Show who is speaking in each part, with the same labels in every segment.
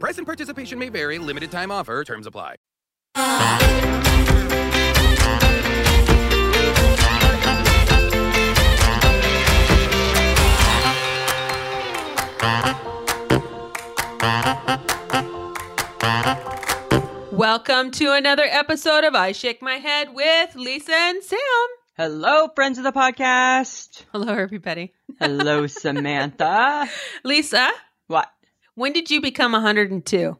Speaker 1: Price and participation may vary. Limited time offer. Terms apply.
Speaker 2: Welcome to another episode of I Shake My Head with Lisa and Sam.
Speaker 3: Hello, friends of the podcast.
Speaker 2: Hello, everybody.
Speaker 3: Hello, Samantha.
Speaker 2: Lisa,
Speaker 3: What?
Speaker 2: when did you become 102?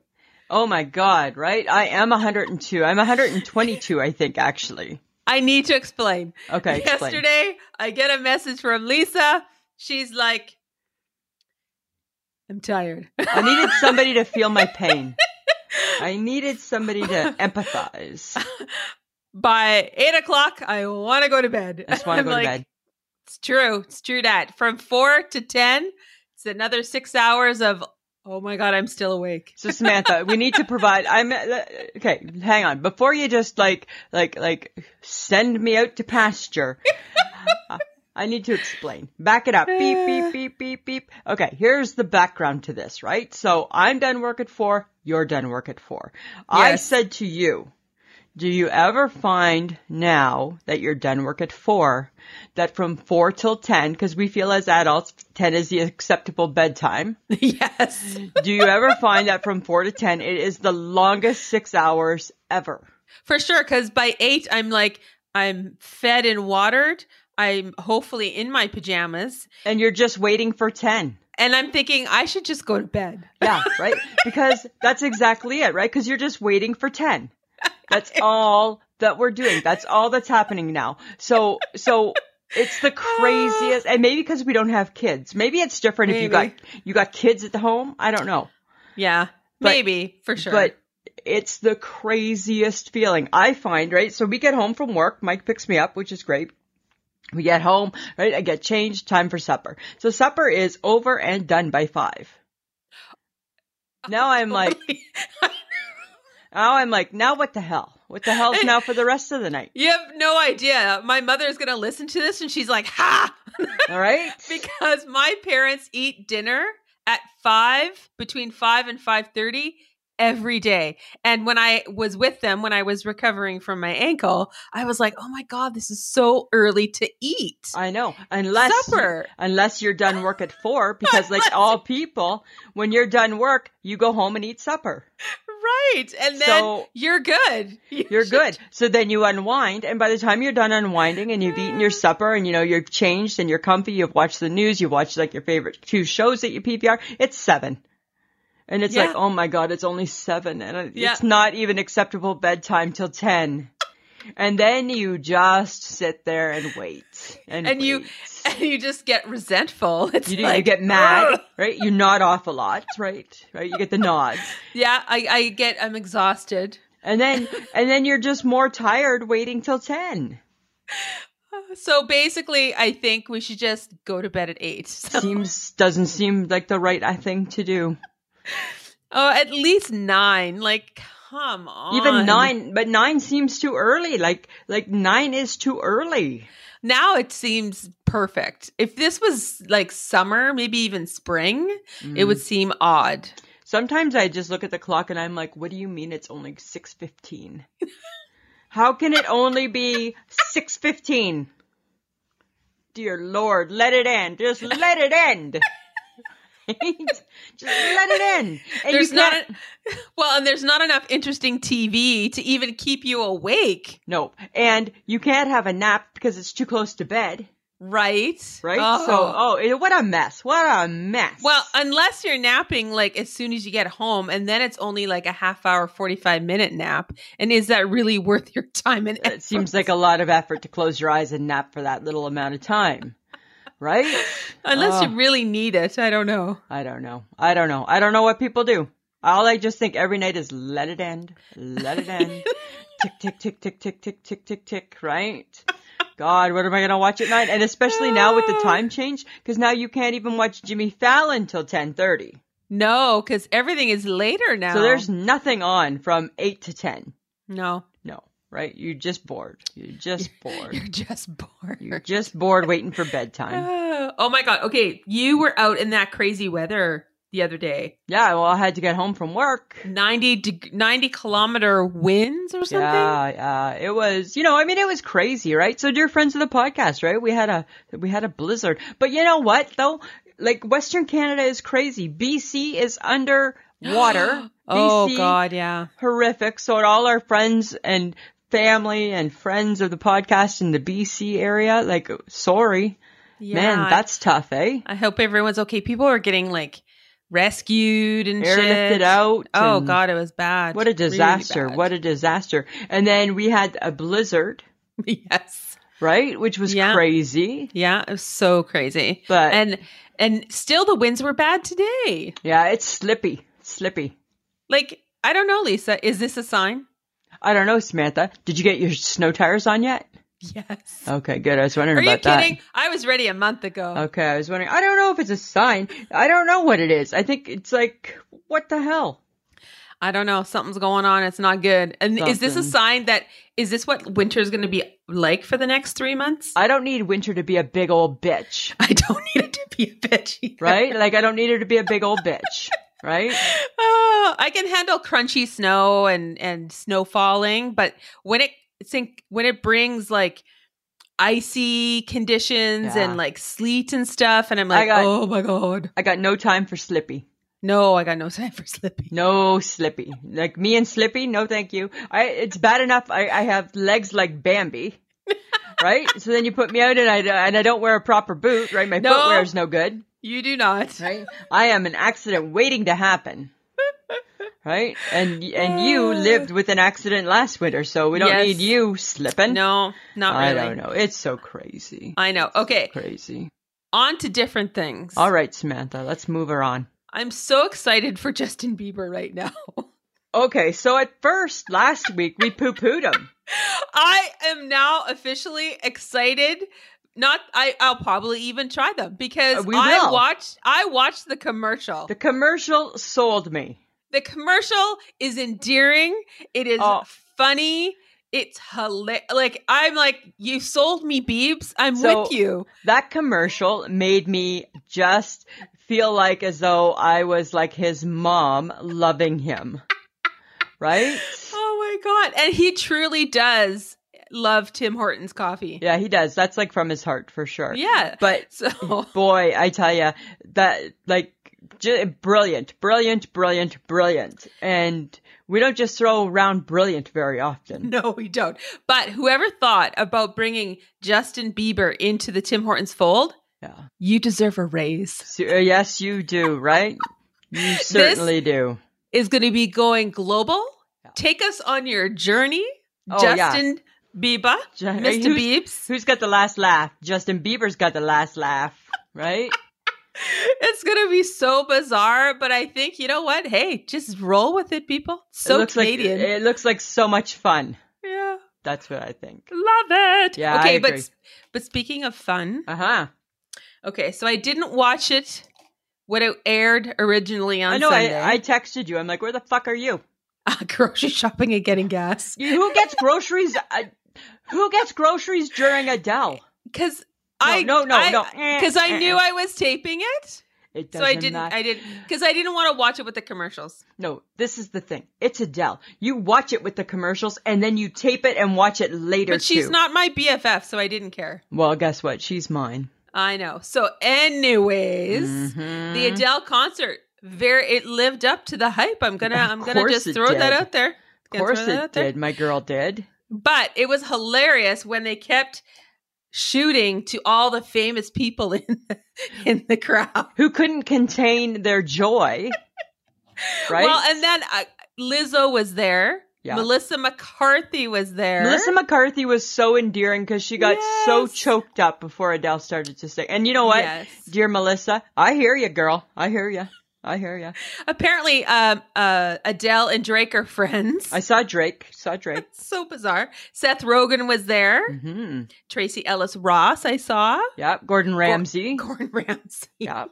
Speaker 3: Oh my God, right? I am 102. I'm 122, I think, actually.
Speaker 2: I need to explain.
Speaker 3: Okay, explain.
Speaker 2: Yesterday, I get a message from Lisa. She's like, I'm tired.
Speaker 3: I needed somebody to feel my pain. I needed somebody to empathize.
Speaker 2: By eight o'clock, I want to go to bed.
Speaker 3: I just want to
Speaker 2: I'm
Speaker 3: go
Speaker 2: like,
Speaker 3: to bed.
Speaker 2: It's true. It's true that from four to 10, it's another six hours of, oh my God, I'm still awake.
Speaker 3: So Samantha, we need to provide. I'm uh, okay. Hang on. Before you just like like like send me out to pasture, I need to explain. Back it up. Beep beep beep beep beep. Okay, here's the background to this. Right. So I'm done work at four. You're done work at four. I
Speaker 2: Yes.
Speaker 3: said to you, do you ever find now that you're done work at four that from four till ten, because we feel as adults ten is the acceptable bedtime.
Speaker 2: yes.
Speaker 3: Do you ever find that from four to ten, it is the longest six hours ever?
Speaker 2: For sure, because by eight, I'm like, I'm fed and watered. I'm hopefully in my pajamas.
Speaker 3: And you're just waiting for ten.
Speaker 2: And I'm thinking, I should just go to bed.
Speaker 3: Yeah, right? Because that's exactly it, right? Because you're just waiting for ten. That's all that we're doing. That's all that's happening now. So, so. It's the craziest, and maybe because we don't have kids. Maybe it's different if you got
Speaker 2: Maybe.
Speaker 3: you got kids at the home. I don't know.
Speaker 2: Yeah,
Speaker 3: But-
Speaker 2: maybe for sure.
Speaker 3: But it's the craziest feeling I find, right? So we get home from work. Mike picks me up, which is great. We get home, right? I get changed. Time for supper. So supper is over and done by five.
Speaker 2: Oh.
Speaker 3: Now I'm like, now I'm like, now what the hell? What the hell's now for the rest of the night?
Speaker 2: you have no idea. My mother's going to listen to this and she's like, ha!
Speaker 3: All right.
Speaker 2: Because my parents eat dinner at five, between five and 5.30 every day. And when I was with them, when I was recovering from my ankle, I was like, oh my God, this is so early to eat.
Speaker 3: I know. Unless
Speaker 2: Supper.
Speaker 3: unless you're done work at four, because like all people, when you're done work, you go home and eat supper.
Speaker 2: Right. And then
Speaker 3: So-
Speaker 2: you're good. You
Speaker 3: You're
Speaker 2: should-
Speaker 3: good. So then you unwind, and by the time you're done unwinding and you've eaten your supper and you know you're changed and you're comfy, you've watched the news, you've watched like your favorite two shows that you PPR, it's seven. And it's
Speaker 2: Yeah.
Speaker 3: like, oh my god, it's only seven, and it-
Speaker 2: Yeah.
Speaker 3: it's not even acceptable bedtime till ten. And then you just sit there and wait, and,
Speaker 2: And you
Speaker 3: wait.
Speaker 2: and you just get resentful. It's
Speaker 3: you, do,
Speaker 2: like,
Speaker 3: you get mad,
Speaker 2: "Ugh."
Speaker 3: right? You nod off a lot, right? Right? You get the nods.
Speaker 2: Yeah, I, I get I'm exhausted.
Speaker 3: And then and then you're just more tired waiting till 10.
Speaker 2: So basically I think we should just go to bed at eight. So,
Speaker 3: seems doesn't seem like the right uh, thing to do.
Speaker 2: oh, at least nine. Like, come on.
Speaker 3: Even nine, but nine seems too early. Like like nine is too early.
Speaker 2: Now it seems perfect. If this was like summer, maybe even spring, it
Speaker 3: Mm.
Speaker 2: would seem odd.
Speaker 3: Sometimes I just look at the clock and I'm like, what do you mean it's only six fifteen? How can it only be six fifteen? Dear Lord, let it end. Just let it end. Just let it in. And
Speaker 2: there's
Speaker 3: you
Speaker 2: not
Speaker 3: can't-
Speaker 2: a, well, and there's not enough interesting TV to even keep you awake,
Speaker 3: no, and you can't have a nap because it's too close to bed,
Speaker 2: right?
Speaker 3: right?
Speaker 2: Oh.
Speaker 3: So, oh, it- what a mess! What a mess!
Speaker 2: well, uh, unless you're napping like as soon as you get home, and then it's only like a half hour, forty five minute nap. And is that really worth your time? And
Speaker 3: it seems like a lot of effort to close your eyes and nap for that little amount of time, right?
Speaker 2: unless
Speaker 3: Oh.
Speaker 2: you really need it, I don't know.
Speaker 3: I don't know. I don't know. I don't know what people do. All I just think every night is let it end, let it end. tick, tick, tick, tick, tick, tick, tick, tick, tick, right? God, what am I going to watch at night? And especially now with the time change, because now you can't even watch Jimmy Fallon till 1030.
Speaker 2: No, because everything is later now.
Speaker 3: So there's nothing on from 8 to 10.
Speaker 2: no.
Speaker 3: No, right? You're just bored. You're just bored.
Speaker 2: You're just bored.
Speaker 3: You're just bored waiting for bedtime.
Speaker 2: Oh, oh my god. Okay, you were out in that crazy weather the other day.
Speaker 3: Yeah, well, I had to get home from work.
Speaker 2: 90 deg- 90 kilometer winds or something?
Speaker 3: Yeah, yeah. It was, you know, I mean, it was crazy, right? So, dear friends of the podcast, right? We had a we had a blizzard, but you know what though? Like Western Canada is crazy. BC is under water.
Speaker 2: Oh
Speaker 3: BC,
Speaker 2: god, yeah.
Speaker 3: horrific. So, to all our friends and family and friends of the podcast in the BC area, like, sorry,
Speaker 2: Yeah.
Speaker 3: man, that's tough, eh?
Speaker 2: I hope everyone's okay. People are getting like rescued and shit.
Speaker 3: Airlifted out.
Speaker 2: Oh
Speaker 3: and
Speaker 2: god, it was bad.
Speaker 3: What a
Speaker 2: Really
Speaker 3: disaster!
Speaker 2: bad.
Speaker 3: what a disaster! And then we had a blizzard,
Speaker 2: yes.
Speaker 3: right? Which was
Speaker 2: Yeah.
Speaker 3: crazy.
Speaker 2: Yeah, it was so crazy.
Speaker 3: But-
Speaker 2: and and still the winds were bad today.
Speaker 3: Yeah, it's slippy. Slippy.
Speaker 2: Like I don't know, Lisa, is this a sign?
Speaker 3: I don't know, Samantha. Did you get your snow tires on yet?
Speaker 2: Yes.
Speaker 3: Okay, good. I was wondering
Speaker 2: Are you
Speaker 3: about that. Oh.
Speaker 2: kidding? I was ready a month ago.
Speaker 3: Okay, I was wondering. I don't know if it's a sign. I don't know what it is. I think it's like, what the hell?
Speaker 2: I don't know. Something's going on. It's not good. And is this a
Speaker 3: Something.
Speaker 2: sign that is this what winter's going to be like for the next three months? I,
Speaker 3: I don't need winter to be a big old bitch,
Speaker 2: don't need it to be a bitch. either.
Speaker 3: right? like, I don't need her to be a big old bitch, right?
Speaker 2: Oh, I can handle crunchy snow and and snow falling, but when it it's in, when it brings like icy conditions
Speaker 3: Yeah.
Speaker 2: and like sleet and stuff, and I'm
Speaker 3: I
Speaker 2: like,
Speaker 3: got-
Speaker 2: oh my god,
Speaker 3: I got no time for Slippy.
Speaker 2: no, I got no time for slippy.
Speaker 3: No Slippy. Like me and Slippy, no thank you. I it's bad enough I, I have legs like Bambi. Right? so then you put me out and I and I don't wear a proper boot, right? My
Speaker 2: No.
Speaker 3: footwear is no good.
Speaker 2: You do not.
Speaker 3: Right? I am an accident waiting to happen. Right? And and you lived with an accident last winter, so we don't
Speaker 2: Yes.
Speaker 3: need you slipping.
Speaker 2: No, not
Speaker 3: I
Speaker 2: really.
Speaker 3: don't know. It's so crazy.
Speaker 2: I know. Okay,
Speaker 3: Crazy.
Speaker 2: on to different things.
Speaker 3: All right, Samantha, let's move her on.
Speaker 2: I'm so excited for Justin Bieber right now.
Speaker 3: Okay, so at first last week we poo-pooed him.
Speaker 2: I am now officially excited. Not I I'll probably even try them because
Speaker 3: Uh, we
Speaker 2: I
Speaker 3: will.
Speaker 2: watched I watched the commercial.
Speaker 3: The
Speaker 2: The,
Speaker 3: commercial sold me.
Speaker 2: commercial is endearing. It is
Speaker 3: Oh.
Speaker 2: funny. It's hilarious. Like I'm like you sold me beebs. I'm
Speaker 3: So-
Speaker 2: with you.
Speaker 3: That commercial made me just feel like as though I was like his mom loving him. Right?
Speaker 2: Oh my god. And he truly does love Tim Hortons coffee.
Speaker 3: Yeah, he does. That's like from his heart for sure.
Speaker 2: Yeah.
Speaker 3: But
Speaker 2: So
Speaker 3: boy, I tell you, that like j- brilliant, brilliant, brilliant, brilliant. And we don't just throw around brilliant very often.
Speaker 2: No, we don't. But whoever thought about bringing Justin Bieber into the Tim Hortons fold,
Speaker 3: Yeah.
Speaker 2: you deserve a raise.
Speaker 3: So, uh, yes, you do, right? You certainly do.
Speaker 2: Is going to be going global.
Speaker 3: Yeah.
Speaker 2: Take us on your journey,
Speaker 3: Oh, yeah.
Speaker 2: Justin Bieber,
Speaker 3: Ju-
Speaker 2: Mr.
Speaker 3: who's-
Speaker 2: Biebs.
Speaker 3: Who's got the last laugh? Justin Bieber's got the last laugh, right?
Speaker 2: It's going to be so bizarre, but I think you know what? Hey, just roll with it, people.
Speaker 3: it
Speaker 2: So
Speaker 3: looks
Speaker 2: Canadian,
Speaker 3: like it looks like so much fun.
Speaker 2: yeah,
Speaker 3: That's what I think.
Speaker 2: love it.
Speaker 3: Yeah, I
Speaker 2: okay,
Speaker 3: agree.
Speaker 2: but but speaking of fun,
Speaker 3: Uh huh.
Speaker 2: okay, so I didn't watch it when it aired originally on
Speaker 3: I know.
Speaker 2: Sunday.
Speaker 3: I, I texted you. I'm like, where the fuck are you?
Speaker 2: uh, grocery shopping and getting gas
Speaker 3: you who gets groceries? uh, who gets groceries during Adele? No,
Speaker 2: because I
Speaker 3: no, no, no. Eh,
Speaker 2: because I knew I was taping it,
Speaker 3: It
Speaker 2: so I
Speaker 3: doesn't
Speaker 2: didn't.
Speaker 3: matter.
Speaker 2: I didn't because I didn't want to watch it with the commercials.
Speaker 3: No, this is the thing. It's Adele. You watch it with the commercials, and then you tape it and watch it later.
Speaker 2: But she's
Speaker 3: too.
Speaker 2: not my BFF, so I didn't care.
Speaker 3: Well, guess what? She's mine.
Speaker 2: I know. So, anyways, the
Speaker 3: Mhm.
Speaker 2: Adele concert, very it lived up to the hype. I'm gonna
Speaker 3: Of
Speaker 2: I'm gonna
Speaker 3: course
Speaker 2: just
Speaker 3: it
Speaker 2: throw that
Speaker 3: did.
Speaker 2: out there.
Speaker 3: Of
Speaker 2: Gonna throw
Speaker 3: course
Speaker 2: that
Speaker 3: it
Speaker 2: out there.
Speaker 3: did. My girl did.
Speaker 2: But it was hilarious when they kept shooting to all the famous people in the, in the crowd.
Speaker 3: Who couldn't contain their joy, right?
Speaker 2: Well, and then uh, Lizzo was there.
Speaker 3: Yeah.
Speaker 2: Melissa McCarthy was there.
Speaker 3: Melissa McCarthy was so endearing because she got so
Speaker 2: Yes.
Speaker 3: choked up before Adele started to sing. And you know what,
Speaker 2: Yes.
Speaker 3: dear Melissa, I hear you, girl. I hear you. I hear you.
Speaker 2: Apparently, um, uh, Adele and Drake are friends.
Speaker 3: I saw Drake. Saw Drake.
Speaker 2: so bizarre. Seth Rogen was there.
Speaker 3: hmm
Speaker 2: Tracy Ellis Ross, I saw.
Speaker 3: Yep. Gordon Ramsay.
Speaker 2: Gordon Ramsay.
Speaker 3: yep.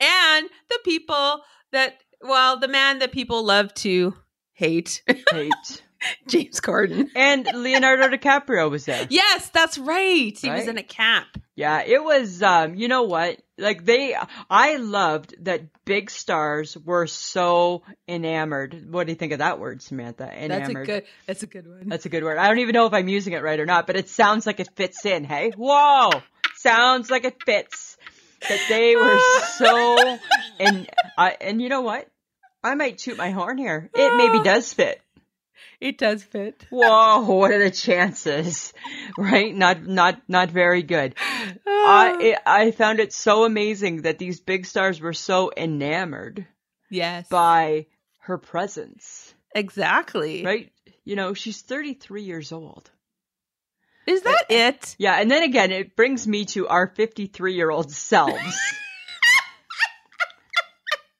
Speaker 2: And the people that, well, the man that people love to hate,
Speaker 3: Hate.
Speaker 2: James Corden.
Speaker 3: And Leonardo DiCaprio was there.
Speaker 2: Yes, that's right. He was
Speaker 3: Right?
Speaker 2: in a cap.
Speaker 3: Yeah, it was um you know what? Like they I loved that big stars were so enamored. What do you think of that word, Samantha? Enamored.
Speaker 2: That's a good. That's a good one.
Speaker 3: That's a good word. I don't even know if I'm using it right or not, but it sounds like it fits in, hey? Whoa! sounds like it fits. That they were so and I and you know what? I might toot my horn here. It maybe does fit.
Speaker 2: it does fit.
Speaker 3: Whoa, what are the chances? Right? Not not not very good. I I I found it so amazing that these big stars were so enamored
Speaker 2: yes,
Speaker 3: by her presence,
Speaker 2: exactly.
Speaker 3: right? You know, she's 33 years old.
Speaker 2: Is that it?
Speaker 3: Yeah, and then again, it brings me to our 53 year old selves.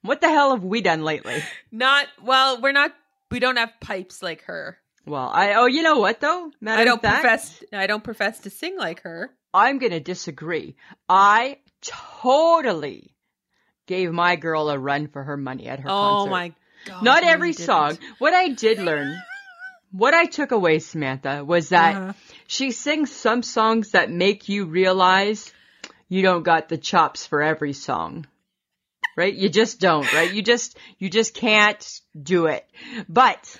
Speaker 3: what the hell have we done lately?
Speaker 2: Not well. We're not. We don't have pipes like her.
Speaker 3: Well, I oh, you know what though? Matter
Speaker 2: I
Speaker 3: of
Speaker 2: don't
Speaker 3: fact,
Speaker 2: profess. I don't profess to sing like her.
Speaker 3: I'm going to disagree. I totally gave my girl a run for her money at her
Speaker 2: oh
Speaker 3: concert.
Speaker 2: my god!
Speaker 3: Not
Speaker 2: no, you
Speaker 3: every
Speaker 2: didn't.
Speaker 3: song. What I did learn, what I took away, Samantha, was that
Speaker 2: Uh-huh.
Speaker 3: she sings some songs that make you realize you don't got the chops for every song. Right? You just don't, right? You just, you just can't do it. But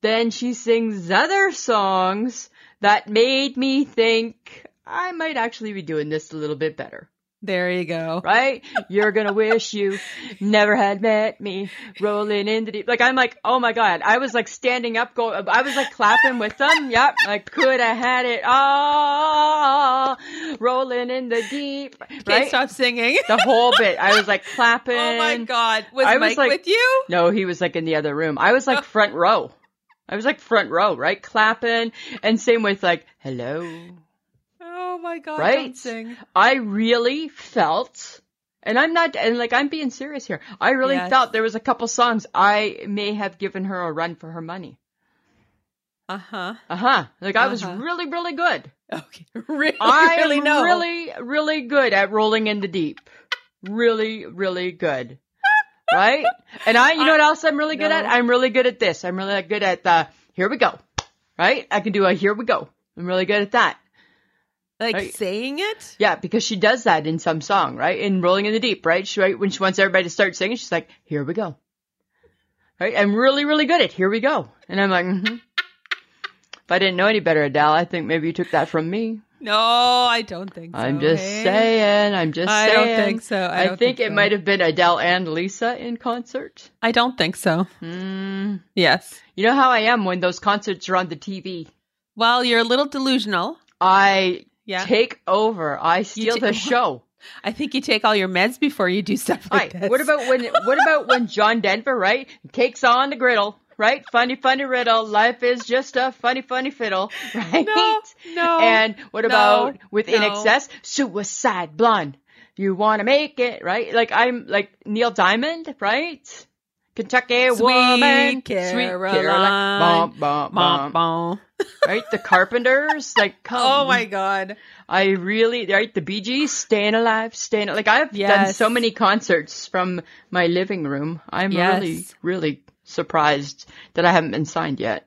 Speaker 3: then she sings other songs that made me think I might actually be doing this a little bit better
Speaker 2: There you go.
Speaker 3: right? You're gonna wish you never had met me, rolling in the deep. Like I'm like, oh my god, I was like standing up, go. I was like clapping with them. Yep, I could have had it all, rolling in the deep,
Speaker 2: Can't
Speaker 3: right?
Speaker 2: stop singing.
Speaker 3: The whole bit. I was like clapping.
Speaker 2: Oh my god! Was
Speaker 3: I was
Speaker 2: Mike
Speaker 3: like-
Speaker 2: with you?
Speaker 3: No, he was like in the other room. I was like front row. I was like front row, right? Clapping, and same with like hello.
Speaker 2: Oh my god!
Speaker 3: Right?
Speaker 2: Don't sing.
Speaker 3: I really felt, and I'm not, and like I'm being serious here. I really
Speaker 2: Yes.
Speaker 3: felt there was a couple songs I may have given her a run for her money.
Speaker 2: Uh huh.
Speaker 3: Uh huh. Like I was
Speaker 2: Uh-huh.
Speaker 3: really, really good.
Speaker 2: Okay. Really,
Speaker 3: I
Speaker 2: really
Speaker 3: really
Speaker 2: know.
Speaker 3: really, really good at rolling in the deep. Really, really good. right? And I, you know what else I'm really good at?
Speaker 2: No.
Speaker 3: I'm really good at this. I'm really good at the here we go. Right? I can do a here we go. I'm really good at that.
Speaker 2: like
Speaker 3: Right.
Speaker 2: saying it.
Speaker 3: Yeah, because she does that in some song, right? In Rolling in the Deep, right? She, right when she wants everybody to start singing, she's like, "Here we go." Right? I'm really, really good at "Here we go," and I'm like, mm-hmm. "If I didn't know any better, Adele, I think maybe you took that from me."
Speaker 2: No, I don't think. so.
Speaker 3: I'm just
Speaker 2: hey?
Speaker 3: saying. I'm just
Speaker 2: I don't
Speaker 3: saying.
Speaker 2: think so. I
Speaker 3: I
Speaker 2: don't
Speaker 3: think,
Speaker 2: think
Speaker 3: it
Speaker 2: so.
Speaker 3: might have been Adele and Lisa in concert.
Speaker 2: I don't think so.
Speaker 3: Mm.
Speaker 2: Yes.
Speaker 3: You know how I am when those concerts are on the TV.
Speaker 2: Well, you're a little delusional.
Speaker 3: I
Speaker 2: Yeah.
Speaker 3: take over. I steal
Speaker 2: ta-
Speaker 3: the show.
Speaker 2: I think you take all your meds before you do stuff like
Speaker 3: Right.
Speaker 2: that.
Speaker 3: What about when? What about when John Denver, right, cakes on the griddle, right? Funny, funny riddle. Life is just a funny, funny fiddle, right?
Speaker 2: No, no,
Speaker 3: And what
Speaker 2: no,
Speaker 3: about with In
Speaker 2: no.
Speaker 3: Excess? Suicide Blonde. You want to make it, right? Like I'm like Neil Diamond, right? Kentucky
Speaker 2: Sweet
Speaker 3: woman,
Speaker 2: Caroline.
Speaker 3: Bum, bum,
Speaker 2: Bon,
Speaker 3: bum.
Speaker 2: bon.
Speaker 3: Right, the Carpenters, like come
Speaker 2: Oh my god.
Speaker 3: I really right the Bee Gees staying alive, staying like I've done
Speaker 2: Yes.
Speaker 3: so many concerts from my living room. I'm
Speaker 2: Yes.
Speaker 3: really really surprised that I haven't been signed yet.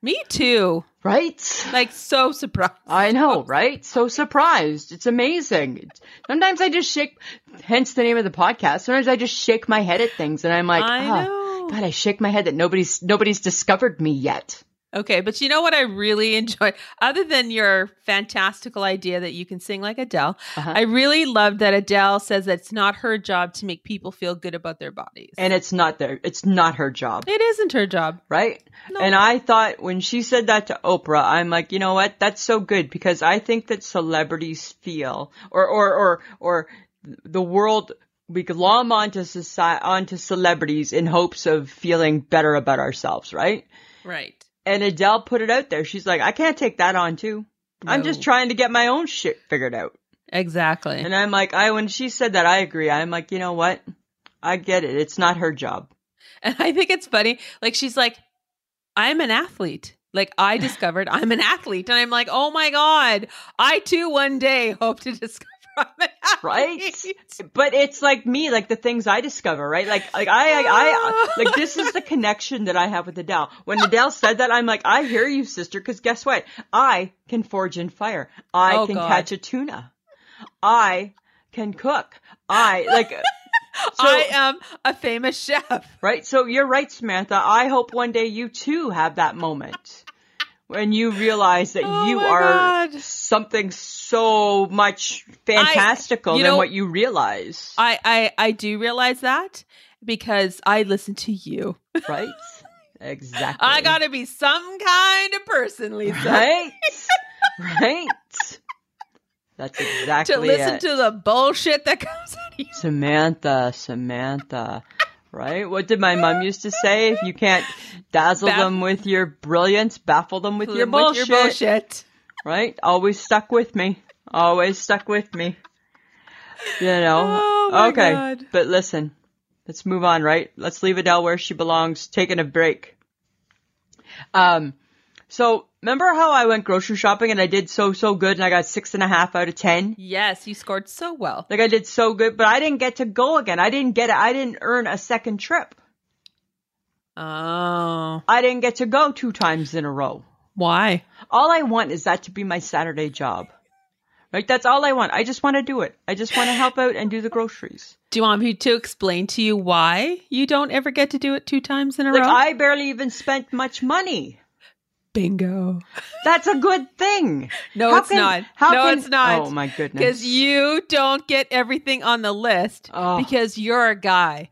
Speaker 2: Me too.
Speaker 3: Right?
Speaker 2: Like so surprised.
Speaker 3: I know, right? So surprised. It's amazing. Sometimes I just shake hence the name of the podcast. Sometimes I just shake my head at things and I'm like,
Speaker 2: I
Speaker 3: "Ah,
Speaker 2: know.
Speaker 3: God, I shake my head that nobody's nobody's discovered me yet.
Speaker 2: Okay, but you know what I really enjoy, other than your fantastical idea that you can sing like Adele.
Speaker 3: Uh-huh.
Speaker 2: I really love that Adele says that it's not her job to make people feel good about their bodies.
Speaker 3: And it's not there. It's not her job,
Speaker 2: it isn't her job.
Speaker 3: right? And I thought when she said that to Oprah, I'm like, you know what? That's so good because I think that celebrities feel or, or, or, or the world, we glom onto society, onto celebrities in hopes of feeling better about ourselves, right?
Speaker 2: Right.
Speaker 3: And Adele put it out there. She's like, I can't take that on too. I'm just
Speaker 2: No.
Speaker 3: trying to get my own shit figured out.
Speaker 2: Exactly.
Speaker 3: And I'm like, I when she said that, I agree. I'm like, you know what? I get it. It's not her job.
Speaker 2: And I think it's funny. Like she's like, I'm an athlete. Like I discovered I'm an athlete. And I'm like, oh my God, I too one day hope to discover I'm an athlete.
Speaker 3: Right? But it's like me, like the things I discover, right? Like, like I, I, I like this is the connection that I have with Adele. When Adele said that, I'm like, I hear you, sister. Because guess what? I can forge in fire. I
Speaker 2: Oh,
Speaker 3: can
Speaker 2: God.
Speaker 3: catch a tuna. I can cook. I like. So-
Speaker 2: I uh, am a famous chef.
Speaker 3: Right? So you're right, Samantha. I hope one day you too have that moment when you realize that
Speaker 2: Oh
Speaker 3: you
Speaker 2: my
Speaker 3: are
Speaker 2: God.
Speaker 3: something so much fantastical
Speaker 2: you
Speaker 3: than
Speaker 2: know-
Speaker 3: what you realize.
Speaker 2: I, I, I do realize that because I listen to you.
Speaker 3: right? Exactly.
Speaker 2: I gotta be some kind of person, Lisa.
Speaker 3: Right? right? That's exactly
Speaker 2: To listen
Speaker 3: it.
Speaker 2: to the bullshit that comes out of you.
Speaker 3: Samantha, Samantha. Right? What did my mom used to say? If you can't dazzle
Speaker 2: Baff-
Speaker 3: them with your brilliance, baffle them with your bullshit.
Speaker 2: With your bullshit.
Speaker 3: right? Always stuck with me. Always stuck with me. You know.
Speaker 2: Oh, my
Speaker 3: okay.
Speaker 2: God.
Speaker 3: But listen, let's move on, right? Let's leave Adele where she belongs, taking a break. Um, so remember how I went grocery shopping and I did so so good and I got six and a half out of ten?
Speaker 2: Yes, you scored so well.
Speaker 3: Like I did so good, but I didn't get to go again. I didn't get I didn't earn a second trip.
Speaker 2: Oh.
Speaker 3: I didn't get to go two times in a row.
Speaker 2: Why?
Speaker 3: All I want is that to be my Saturday job. Right? That's all I want. I just want to do it. I just want to help out and do the groceries.
Speaker 2: Do you want me to explain to you why you don't ever get to do it two times in a
Speaker 3: Like
Speaker 2: row?
Speaker 3: I barely even spent much money.
Speaker 2: Bingo.
Speaker 3: That's a good thing.
Speaker 2: No,
Speaker 3: How
Speaker 2: it's
Speaker 3: can-
Speaker 2: not.
Speaker 3: How
Speaker 2: no,
Speaker 3: can,
Speaker 2: it's not.
Speaker 3: Oh my goodness.
Speaker 2: Because you don't get everything on the list
Speaker 3: Oh.
Speaker 2: because you're a guy.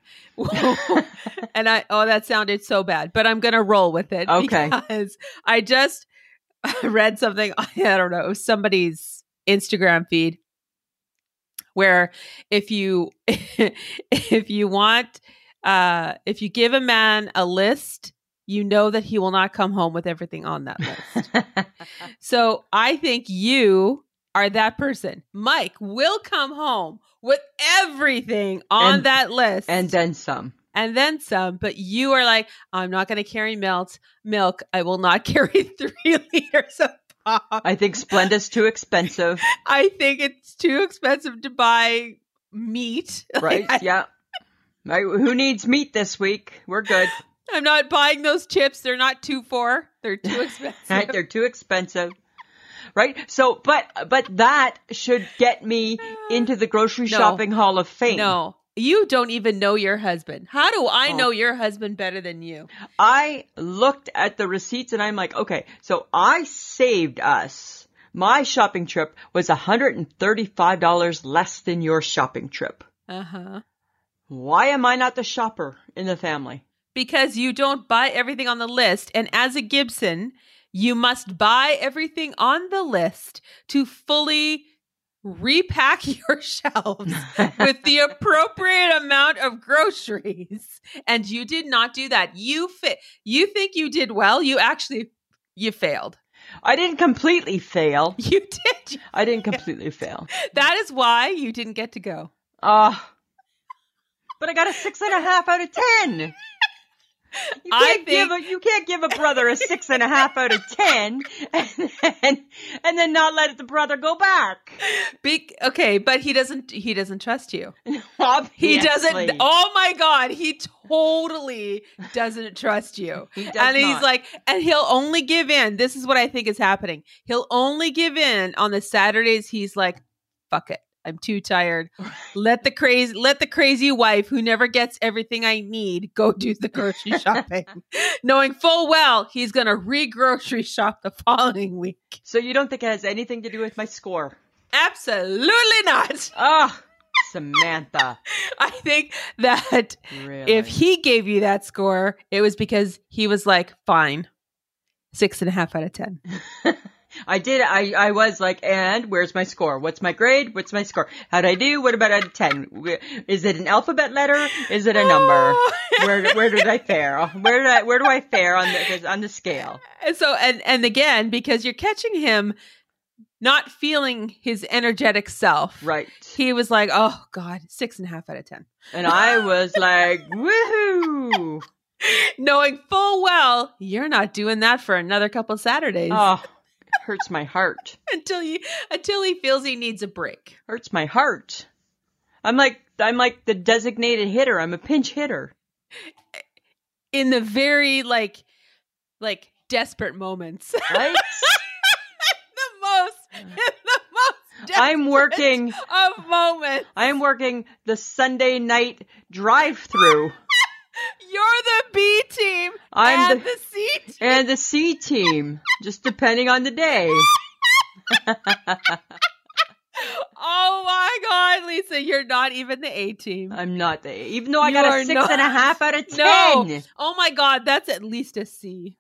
Speaker 2: and I, oh, that sounded so bad, but I'm going to roll with it.
Speaker 3: Okay.
Speaker 2: Because I just read something, I don't know, it was somebody's Instagram feed where if you, if you want, uh, if you give a man a list, you know that he will not come home with everything on that list. So I think you are that person. Mike will come home with everything on
Speaker 3: And-
Speaker 2: that list
Speaker 3: and then some.
Speaker 2: and then some, but you are like, I'm not going to carry milk. Milk. I will not carry three liters of pop.
Speaker 3: I think Splenda's too expensive,
Speaker 2: I think it's too expensive to buy meat.
Speaker 3: right? yeah. Right? Who needs meat this week? We're good.
Speaker 2: I'm not buying those chips. They're not two for. They're too
Speaker 3: right?
Speaker 2: expensive.
Speaker 3: They're too expensive. Right? So, but but that should get me into the grocery
Speaker 2: No.
Speaker 3: shopping hall of fame.
Speaker 2: no. You don't even know your husband. How do I
Speaker 3: Oh.
Speaker 2: know your husband better than you?
Speaker 3: I looked at the receipts and I'm like, okay, so I saved us. My shopping trip was $135 less than your shopping trip.
Speaker 2: Uh huh.
Speaker 3: Why am I not the shopper in the family?
Speaker 2: because you don't buy everything on the list. And as a Gibson, you must buy everything on the list to fully repack your shelves with the appropriate amount of groceries. And you did not do that. You fit. You think you did well. You actually you failed.
Speaker 3: I didn't completely fail.
Speaker 2: You did.
Speaker 3: I didn't completely fail.
Speaker 2: That is why you didn't get to go.
Speaker 3: Uh, but I got a six and a half out of ten. You
Speaker 2: I
Speaker 3: can't, give a, you can't give a brother a six and a half out of ten and then, and then not let the brother go back.
Speaker 2: Big okay, but he doesn't he doesn't trust you.
Speaker 3: Obviously.
Speaker 2: He doesn't. Oh my god, he totally doesn't trust you.
Speaker 3: He does
Speaker 2: and he's
Speaker 3: not.
Speaker 2: like, and he'll only give in. This is what I think is happening. He'll only give in on the Saturdays. He's like, fuck it, I'm too tired. Let the crazy let the crazy wife who never gets everything I need go do the grocery shopping, knowing full well he's going to re-grocery shop the following week.
Speaker 3: So you don't think it has anything to do with my score?
Speaker 2: Absolutely not.
Speaker 3: Ah, Samantha.
Speaker 2: I think that
Speaker 3: Really?
Speaker 2: if he gave you that score, it was because he was like, fine, six and a half out of 10.
Speaker 3: I did. I, I was like, and where's my score? What's my grade? What's my score? How'd I do? What about out of 10? Wh- Is it an alphabet letter? Is it a number?
Speaker 2: Ah.
Speaker 3: Where, where did I fare? Where did I, where do I fare on the, on the scale?
Speaker 2: And so, and, and again, because you're catching him not feeling his energetic self.
Speaker 3: Right.
Speaker 2: He was like, oh God, six and a half out of 10.
Speaker 3: And I was like, woohoo.
Speaker 2: Knowing full well you're not doing that for another couple Saturdays
Speaker 3: Oh, hurts my heart.
Speaker 2: until he until he feels he needs a break.
Speaker 3: Hurts my heart. I'm like, I'm like the designated hitter. I'm a pinch hitter.
Speaker 2: In the very like like desperate moments.
Speaker 3: Right?
Speaker 2: the most in the most
Speaker 3: Uh. I'm
Speaker 2: desperate
Speaker 3: working.
Speaker 2: of moments.
Speaker 3: I am working the Sunday night drive through.
Speaker 2: You're the B team.
Speaker 3: I'm
Speaker 2: and
Speaker 3: the-
Speaker 2: the C team.
Speaker 3: and the C team, just depending on the day.
Speaker 2: Oh my God, Lisa, you're not even the A team.
Speaker 3: I'm not the even though I
Speaker 2: You
Speaker 3: got
Speaker 2: are
Speaker 3: a six
Speaker 2: not-
Speaker 3: and a half out of ten.
Speaker 2: No. Oh my God, that's at least a C.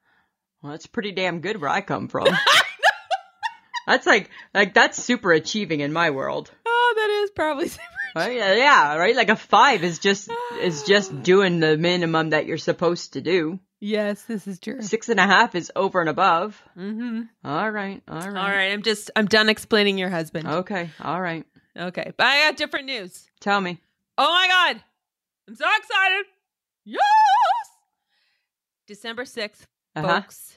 Speaker 3: Well, that's pretty damn good where I come from. that's like like that's super achieving in my world.
Speaker 2: Oh, that is probably.
Speaker 3: Right? Yeah, Yeah, right. Like a five is just is just doing the minimum that you're supposed to do.
Speaker 2: yes, this is true.
Speaker 3: Six and a half is over and above.
Speaker 2: Mm-hmm.
Speaker 3: All right, all right, Oh.
Speaker 2: All right, I'm just I'm done explaining your husband.
Speaker 3: Okay, all right.
Speaker 2: Okay, but I got different news.
Speaker 3: Tell me.
Speaker 2: Oh my God, I'm so excited. Yes, December sixth,
Speaker 3: Uh huh.
Speaker 2: folks.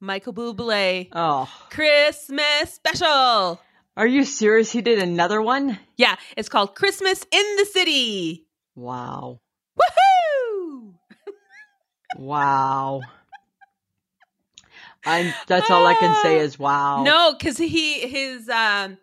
Speaker 2: Michael Bublé
Speaker 3: Oh,
Speaker 2: Christmas special.
Speaker 3: are you serious? He did another one.
Speaker 2: Yeah, it's called Christmas in the City.
Speaker 3: Wow.
Speaker 2: Woohoo!
Speaker 3: Wow. I'm that's all I can say is wow.
Speaker 2: Ah. No, because he his um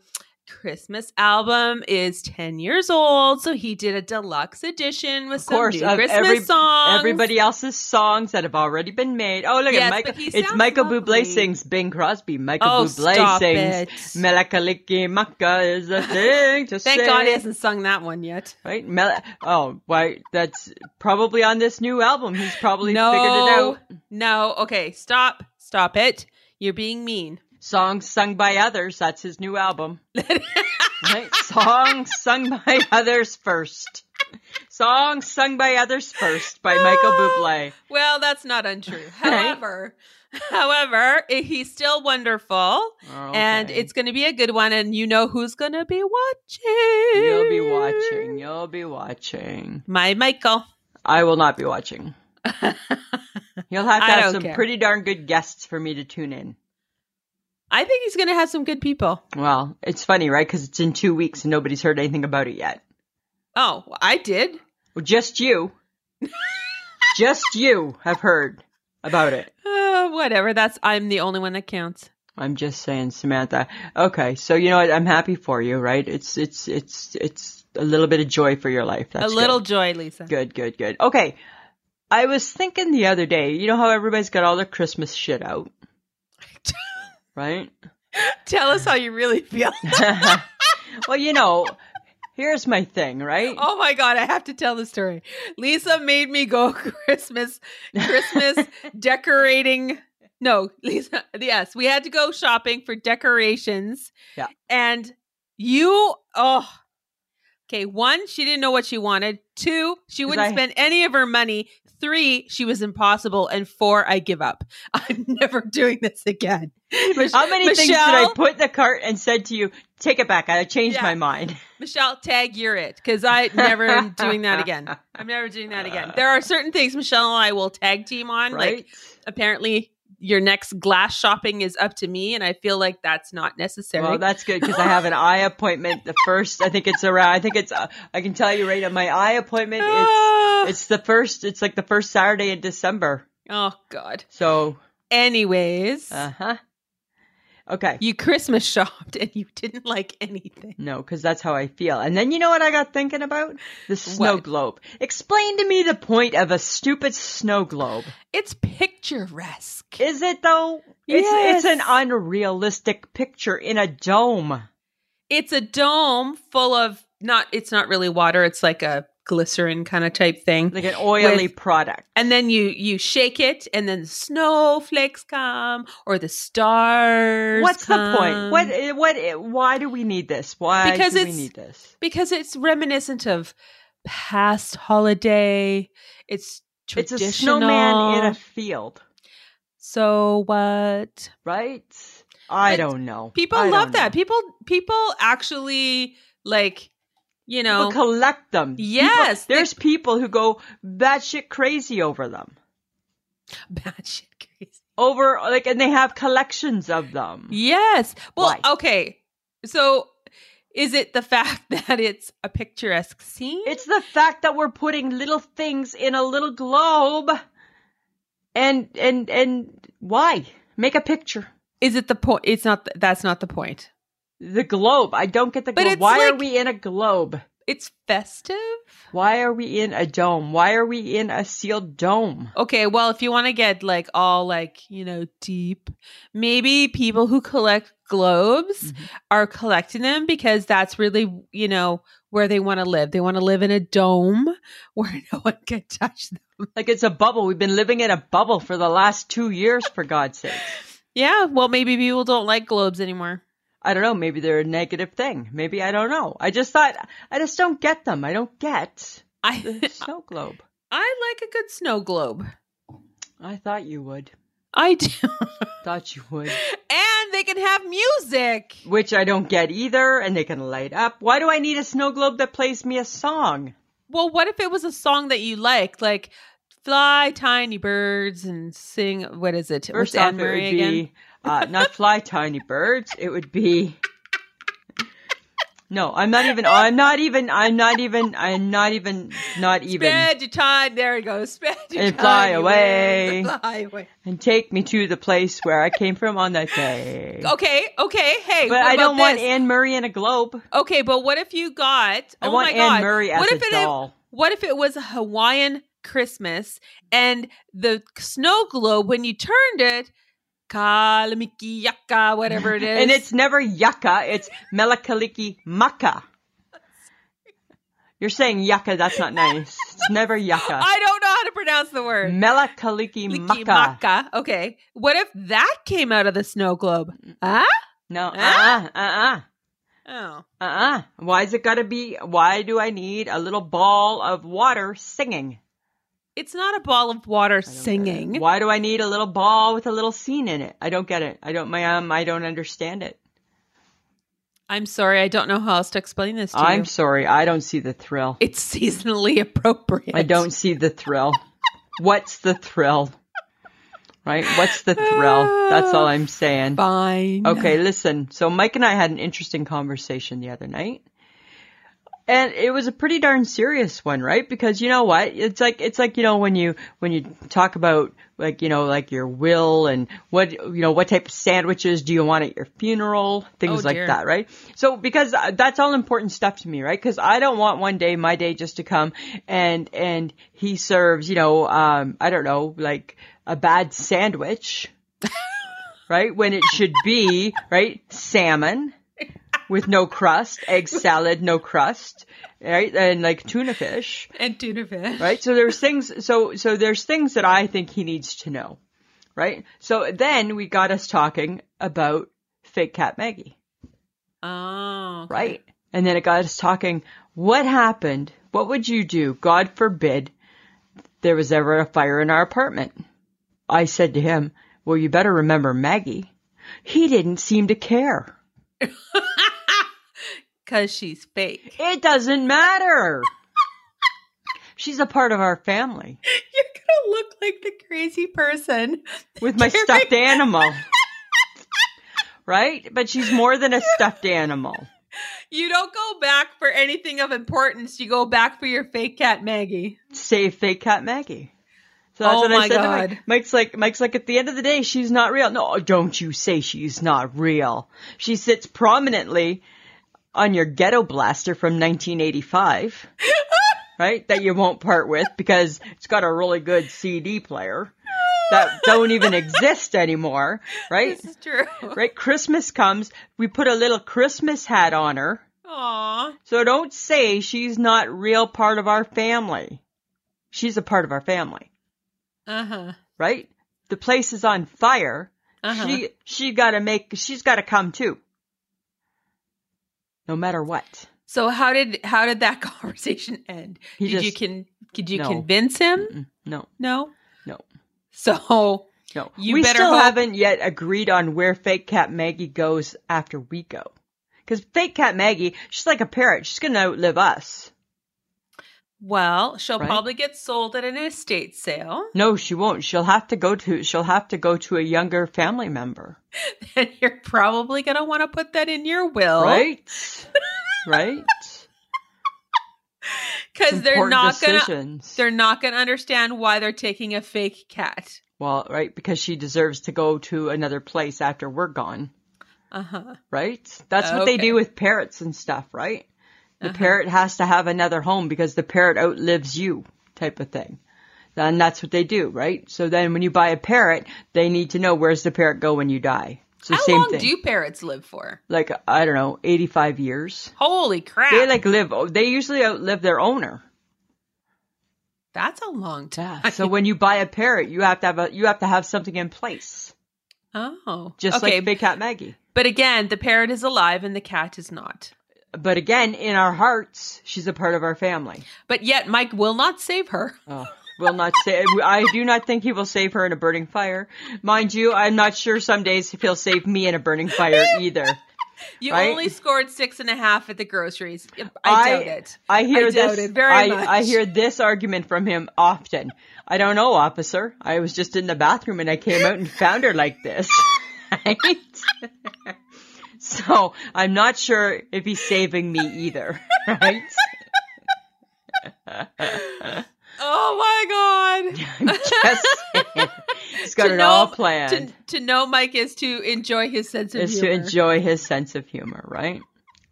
Speaker 2: Christmas album is ten years old, so he did a deluxe edition with
Speaker 3: Of
Speaker 2: some
Speaker 3: course,
Speaker 2: new
Speaker 3: of
Speaker 2: Christmas
Speaker 3: every-
Speaker 2: songs.
Speaker 3: Everybody else's songs that have already been made. Oh look
Speaker 2: Yes,
Speaker 3: at Michael
Speaker 2: but he
Speaker 3: it's
Speaker 2: sounds
Speaker 3: Michael
Speaker 2: lovely.
Speaker 3: Bublé sings Bing Crosby. Michael
Speaker 2: oh,
Speaker 3: Bublé
Speaker 2: stop
Speaker 3: sings
Speaker 2: it.
Speaker 3: Melakaliki Maka is a thing to
Speaker 2: Thank
Speaker 3: say.
Speaker 2: God he hasn't sung that one yet.
Speaker 3: Right? Mel- oh, why that's probably on this new album. He's probably
Speaker 2: no,
Speaker 3: figured it out.
Speaker 2: no. Okay, stop, stop it. You're being mean.
Speaker 3: Songs sung by others, that's his new album. Right? Songs sung by others first. Songs sung by others first by Michael Bublé.
Speaker 2: Well, that's not untrue.
Speaker 3: Right.
Speaker 2: However, however, i- he's still wonderful. And
Speaker 3: Okay.
Speaker 2: it's going to be a good one, and you know who's going to be watching.
Speaker 3: you'll be watching. You'll be watching.
Speaker 2: My Michael.
Speaker 3: I will not be watching. You'll have to
Speaker 2: I
Speaker 3: have
Speaker 2: don't
Speaker 3: some
Speaker 2: care.
Speaker 3: pretty darn good guests for me to tune in.
Speaker 2: I think he's going to have some good people.
Speaker 3: Well, it's funny, right? Because it's in two weeks and nobody's heard anything about it yet.
Speaker 2: Oh, I did.
Speaker 3: Well, just you, just you have heard about it.
Speaker 2: Uh, whatever. That's I'm the only one that counts.
Speaker 3: I'm just saying, Samantha. Okay, so you know what? I'm happy for you, right? It's it's it's it's a little bit of joy for your life. That's
Speaker 2: a
Speaker 3: good.
Speaker 2: little joy, Lisa.
Speaker 3: Good, good, good. Okay. I was thinking the other day, you know how everybody's got all their Christmas shit out, right?
Speaker 2: Tell us how you really feel.
Speaker 3: well, you know, here's my thing, right?
Speaker 2: oh my god, I have to tell the story. Lisa made me go Christmas Christmas decorating. No, Lisa. Yes, we had to go shopping for decorations.
Speaker 3: Yeah.
Speaker 2: And you oh Okay, one, she didn't know what she wanted. Two, she
Speaker 3: 'Cause
Speaker 2: wouldn't
Speaker 3: I-
Speaker 2: spend any of her money. Three, she was impossible. And four, I give up. I'm never doing this again. Mich-
Speaker 3: How many things did I
Speaker 2: Michelle?
Speaker 3: put in the cart and said to you, take it back? I changed
Speaker 2: Yeah.
Speaker 3: my mind.
Speaker 2: Michelle, tag you're it because I never am doing that again. I'm never doing that again. There are certain things Michelle and I will tag team on.
Speaker 3: Right?
Speaker 2: Like apparently your next glass shopping is up to me, and I feel like that's not necessary.
Speaker 3: Well, that's good because I have an eye appointment. The first, I think it's around. I think it's. Uh, I can tell you right now, my eye appointment.
Speaker 2: Ah.
Speaker 3: It's, it's the first. It's like the first Saturday in December.
Speaker 2: oh God.
Speaker 3: So,
Speaker 2: Anyways,
Speaker 3: uh huh. Okay.
Speaker 2: You Christmas shopped and you didn't like anything.
Speaker 3: No, because that's how I feel. And then you know what I got thinking about? The snow
Speaker 2: What?
Speaker 3: globe. Explain to me the point of a stupid snow globe.
Speaker 2: It's picturesque.
Speaker 3: Is it though? It's, it's an
Speaker 2: Yes.
Speaker 3: unrealistic picture in a dome.
Speaker 2: it's a dome full of not it's not really water, it's like a glycerin kind of type thing.
Speaker 3: Like an oily
Speaker 2: With-
Speaker 3: product.
Speaker 2: and then you you shake it and then snowflakes come or the stars
Speaker 3: What's the
Speaker 2: come.
Speaker 3: point? What what why do we need this? Why
Speaker 2: Because
Speaker 3: do we
Speaker 2: it's-
Speaker 3: need this?
Speaker 2: because it's reminiscent of past holiday it's
Speaker 3: It's
Speaker 2: traditional
Speaker 3: a snowman in a field,
Speaker 2: so what
Speaker 3: right? I
Speaker 2: But
Speaker 3: don't know.
Speaker 2: people
Speaker 3: I
Speaker 2: love
Speaker 3: don't know.
Speaker 2: that people people actually like you know
Speaker 3: People collect them. People-
Speaker 2: Yes, they-
Speaker 3: there's people who go batshit crazy over them.
Speaker 2: batshit crazy
Speaker 3: Over like, and they have collections of them.
Speaker 2: Yes. Well,
Speaker 3: Hmm. Why?
Speaker 2: okay. So is it the fact that it's a picturesque scene?
Speaker 3: It's the fact that we're putting little things in a little globe, and and and why make a picture?
Speaker 2: is it the point? It's not. th- that's not the point.
Speaker 3: The globe. I don't get the
Speaker 2: But
Speaker 3: globe.
Speaker 2: it's
Speaker 3: Why are
Speaker 2: like-
Speaker 3: we in a globe?
Speaker 2: It's festive.
Speaker 3: Why are we in a dome? Why are we in a sealed dome?
Speaker 2: Okay. Well, if you want to get like all like you know deep, maybe people who collect globes
Speaker 3: Mhm.
Speaker 2: are collecting them because that's really you know where they want to live. They want to live in a dome where no one can touch them.
Speaker 3: Like it's a bubble. We've been living in a bubble for the last two years, for God's sake.
Speaker 2: Yeah. Well, maybe people don't like globes anymore.
Speaker 3: I don't know. Maybe they're a negative thing. Maybe I don't know. I just thought I just don't get them. I don't get the
Speaker 2: I
Speaker 3: snow globe.
Speaker 2: I like a good snow globe.
Speaker 3: I thought you would.
Speaker 2: I do.
Speaker 3: Thought you would.
Speaker 2: and they can have music.
Speaker 3: Which I don't get either, and they can light up. Why do I need a snow globe that plays me a song?
Speaker 2: Well, what if it was a song that you liked, like "Fly Tiny Birds" and sing? What is it? What's
Speaker 3: First off,
Speaker 2: Anne
Speaker 3: it would
Speaker 2: Marie again?
Speaker 3: be uh, not fly tiny birds. It would be no. I'm not even. I'm not even. I'm not even. I'm not even. Not even.
Speaker 2: Spend your time. There it goes. Spend your
Speaker 3: And
Speaker 2: time.
Speaker 3: fly
Speaker 2: you
Speaker 3: away.
Speaker 2: birds, Fly away.
Speaker 3: And take me to the place where I came from on that day.
Speaker 2: Okay. Okay. Hey,
Speaker 3: But
Speaker 2: what
Speaker 3: I
Speaker 2: about
Speaker 3: don't want
Speaker 2: this?
Speaker 3: Anne Murray in a globe.
Speaker 2: Okay, but what if you got?
Speaker 3: I
Speaker 2: oh
Speaker 3: want
Speaker 2: my
Speaker 3: Anne
Speaker 2: God!
Speaker 3: Murray as
Speaker 2: what
Speaker 3: a
Speaker 2: if it?
Speaker 3: doll.
Speaker 2: What if it was a Hawaiian Christmas and the snow globe when you turned it, kalamiki yaka, whatever it is,
Speaker 3: And it's never yucca. It's melakaliki maka. You're saying yucca. That's not nice. It's never yucca.
Speaker 2: I don't know how to pronounce the word.
Speaker 3: Melakaliki
Speaker 2: Liki
Speaker 3: maka.
Speaker 2: maka. Okay. What if that came out of the snow globe? Huh?
Speaker 3: No. Uh
Speaker 2: Ah.
Speaker 3: uh. Uh uh.
Speaker 2: Oh.
Speaker 3: Uh uh. Why is it gotta be? Why do I need a little ball of water singing?
Speaker 2: It's not a ball of water
Speaker 3: I don't get it.
Speaker 2: singing.
Speaker 3: Why do I need a little ball with a little scene in it? I don't get it. I don't, ma'am. I don't understand it.
Speaker 2: I'm sorry, I don't know how else to explain this to
Speaker 3: I'm
Speaker 2: you.
Speaker 3: sorry. I don't see the thrill.
Speaker 2: It's seasonally appropriate.
Speaker 3: I don't see the thrill. What's the thrill? Right? What's the thrill? That's all I'm saying.
Speaker 2: Fine.
Speaker 3: Okay, listen. So Mike and I had an interesting conversation the other night. And it was a pretty darn serious one, right? Because you know what? It's like it's like, you know, when you when you talk about like, you know, like your will and what you know, what type of sandwiches do you want at your funeral,
Speaker 2: Oh,
Speaker 3: things like
Speaker 2: dear.
Speaker 3: that, right? So because uh, that's all important stuff to me, right? Cuz I don't want one day my day just to come and and he serves, you know, um I don't know, like a bad sandwich, right? When it should be, right? Salmon with no crust, egg salad, no crust, right? And like tuna fish,
Speaker 2: And tuna fish.
Speaker 3: right? So there's things, so, so there's things that I think he needs to know, right? So then we got us talking about fake cat Maggie,
Speaker 2: Oh. okay.
Speaker 3: right? And then it got us talking, what happened? What would you do? God forbid there was ever a fire in our apartment. I said to him, well, you better remember Maggie. He didn't seem to care.
Speaker 2: Cause she's fake.
Speaker 3: It doesn't matter. She's a part of our family
Speaker 2: You're gonna look like the crazy person.
Speaker 3: with my
Speaker 2: Derek.
Speaker 3: stuffed animal. Right? But she's more than a stuffed animal.
Speaker 2: You don't go back for anything of importance. You go back for your fake cat Maggie.
Speaker 3: Save fake cat Maggie. So that's
Speaker 2: Oh
Speaker 3: what
Speaker 2: my
Speaker 3: I said. to Mike.
Speaker 2: God.
Speaker 3: Mike's like, Mike's like, at the end of the day, she's not real. No, don't you say she's not real. She sits prominently on your ghetto blaster from 1985, right? That you won't part with because it's got a really good CD player that don't even exist anymore, right?
Speaker 2: This is true.
Speaker 3: Right? Christmas comes, we put a little Christmas hat on her.
Speaker 2: Aw.
Speaker 3: So don't say she's not real part of our family. She's a part of our family,
Speaker 2: Uh huh.
Speaker 3: right? The place is on fire.
Speaker 2: Uh-huh.
Speaker 3: She she got to make she's got to come too. No matter what.
Speaker 2: So how did how did that conversation end?
Speaker 3: He
Speaker 2: did
Speaker 3: just-
Speaker 2: you can did you
Speaker 3: No.
Speaker 2: convince him?
Speaker 3: Mm, No.
Speaker 2: No.
Speaker 3: No.
Speaker 2: So
Speaker 3: No.
Speaker 2: You
Speaker 3: we
Speaker 2: better
Speaker 3: still
Speaker 2: hope-
Speaker 3: haven't yet agreed on where fake cat Maggie goes after we go. Cuz fake cat Maggie, she's like a parrot. She's going to outlive us.
Speaker 2: well, she'll
Speaker 3: Right.
Speaker 2: probably get sold at an estate sale.
Speaker 3: No, she won't. She'll have to go to she'll have to go to a younger family member.
Speaker 2: And you're probably gonna want to put that in your will.
Speaker 3: Right? right?
Speaker 2: Because they're not gonna
Speaker 3: decisions.
Speaker 2: they're not gonna understand why they're taking a fake cat.
Speaker 3: well, right, because she deserves to go to another place after we're gone.
Speaker 2: Uh-huh.
Speaker 3: Right? That's what
Speaker 2: Okay.
Speaker 3: they
Speaker 2: Uh-huh.
Speaker 3: do with parrots and stuff, right? The parrot has to have another home because the parrot outlives you, type of thing. And that's what they do, right? So then when you buy a parrot, they need to know where's the parrot go when you die. It's the
Speaker 2: How
Speaker 3: same
Speaker 2: long
Speaker 3: thing.
Speaker 2: do parrots live for?
Speaker 3: like I don't know, 85 years.
Speaker 2: Holy crap.
Speaker 3: They like live they usually outlive their owner.
Speaker 2: That's a long time.
Speaker 3: Yeah. So when you buy a parrot, you have to have a you have to have something in place,
Speaker 2: Oh.
Speaker 3: just
Speaker 2: okay.
Speaker 3: like Big Cat Maggie.
Speaker 2: but again, the parrot is alive and the cat is not.
Speaker 3: But again, in our hearts, she's a part of our family.
Speaker 2: But yet Mike will not save her.
Speaker 3: Oh, will not say. I do not think he will save her in a burning fire, mind you. I'm not sure some days if he'll save me in a burning fire either.
Speaker 2: You
Speaker 3: Right?
Speaker 2: only scored six and a half at the groceries. I, doubt it.
Speaker 3: I hear
Speaker 2: I doubt
Speaker 3: this.
Speaker 2: it very
Speaker 3: I,
Speaker 2: much.
Speaker 3: I hear this argument from him often. I don't know, officer. I was just in the bathroom and I came out and found her like this. Right? so I'm not sure if he's saving me either. Right?
Speaker 2: Oh my god.
Speaker 3: Just saying. he's got
Speaker 2: To
Speaker 3: it
Speaker 2: know-
Speaker 3: all planned.
Speaker 2: To, to know Mike is to enjoy his sense of
Speaker 3: is to
Speaker 2: humor.
Speaker 3: enjoy his sense of humor, right?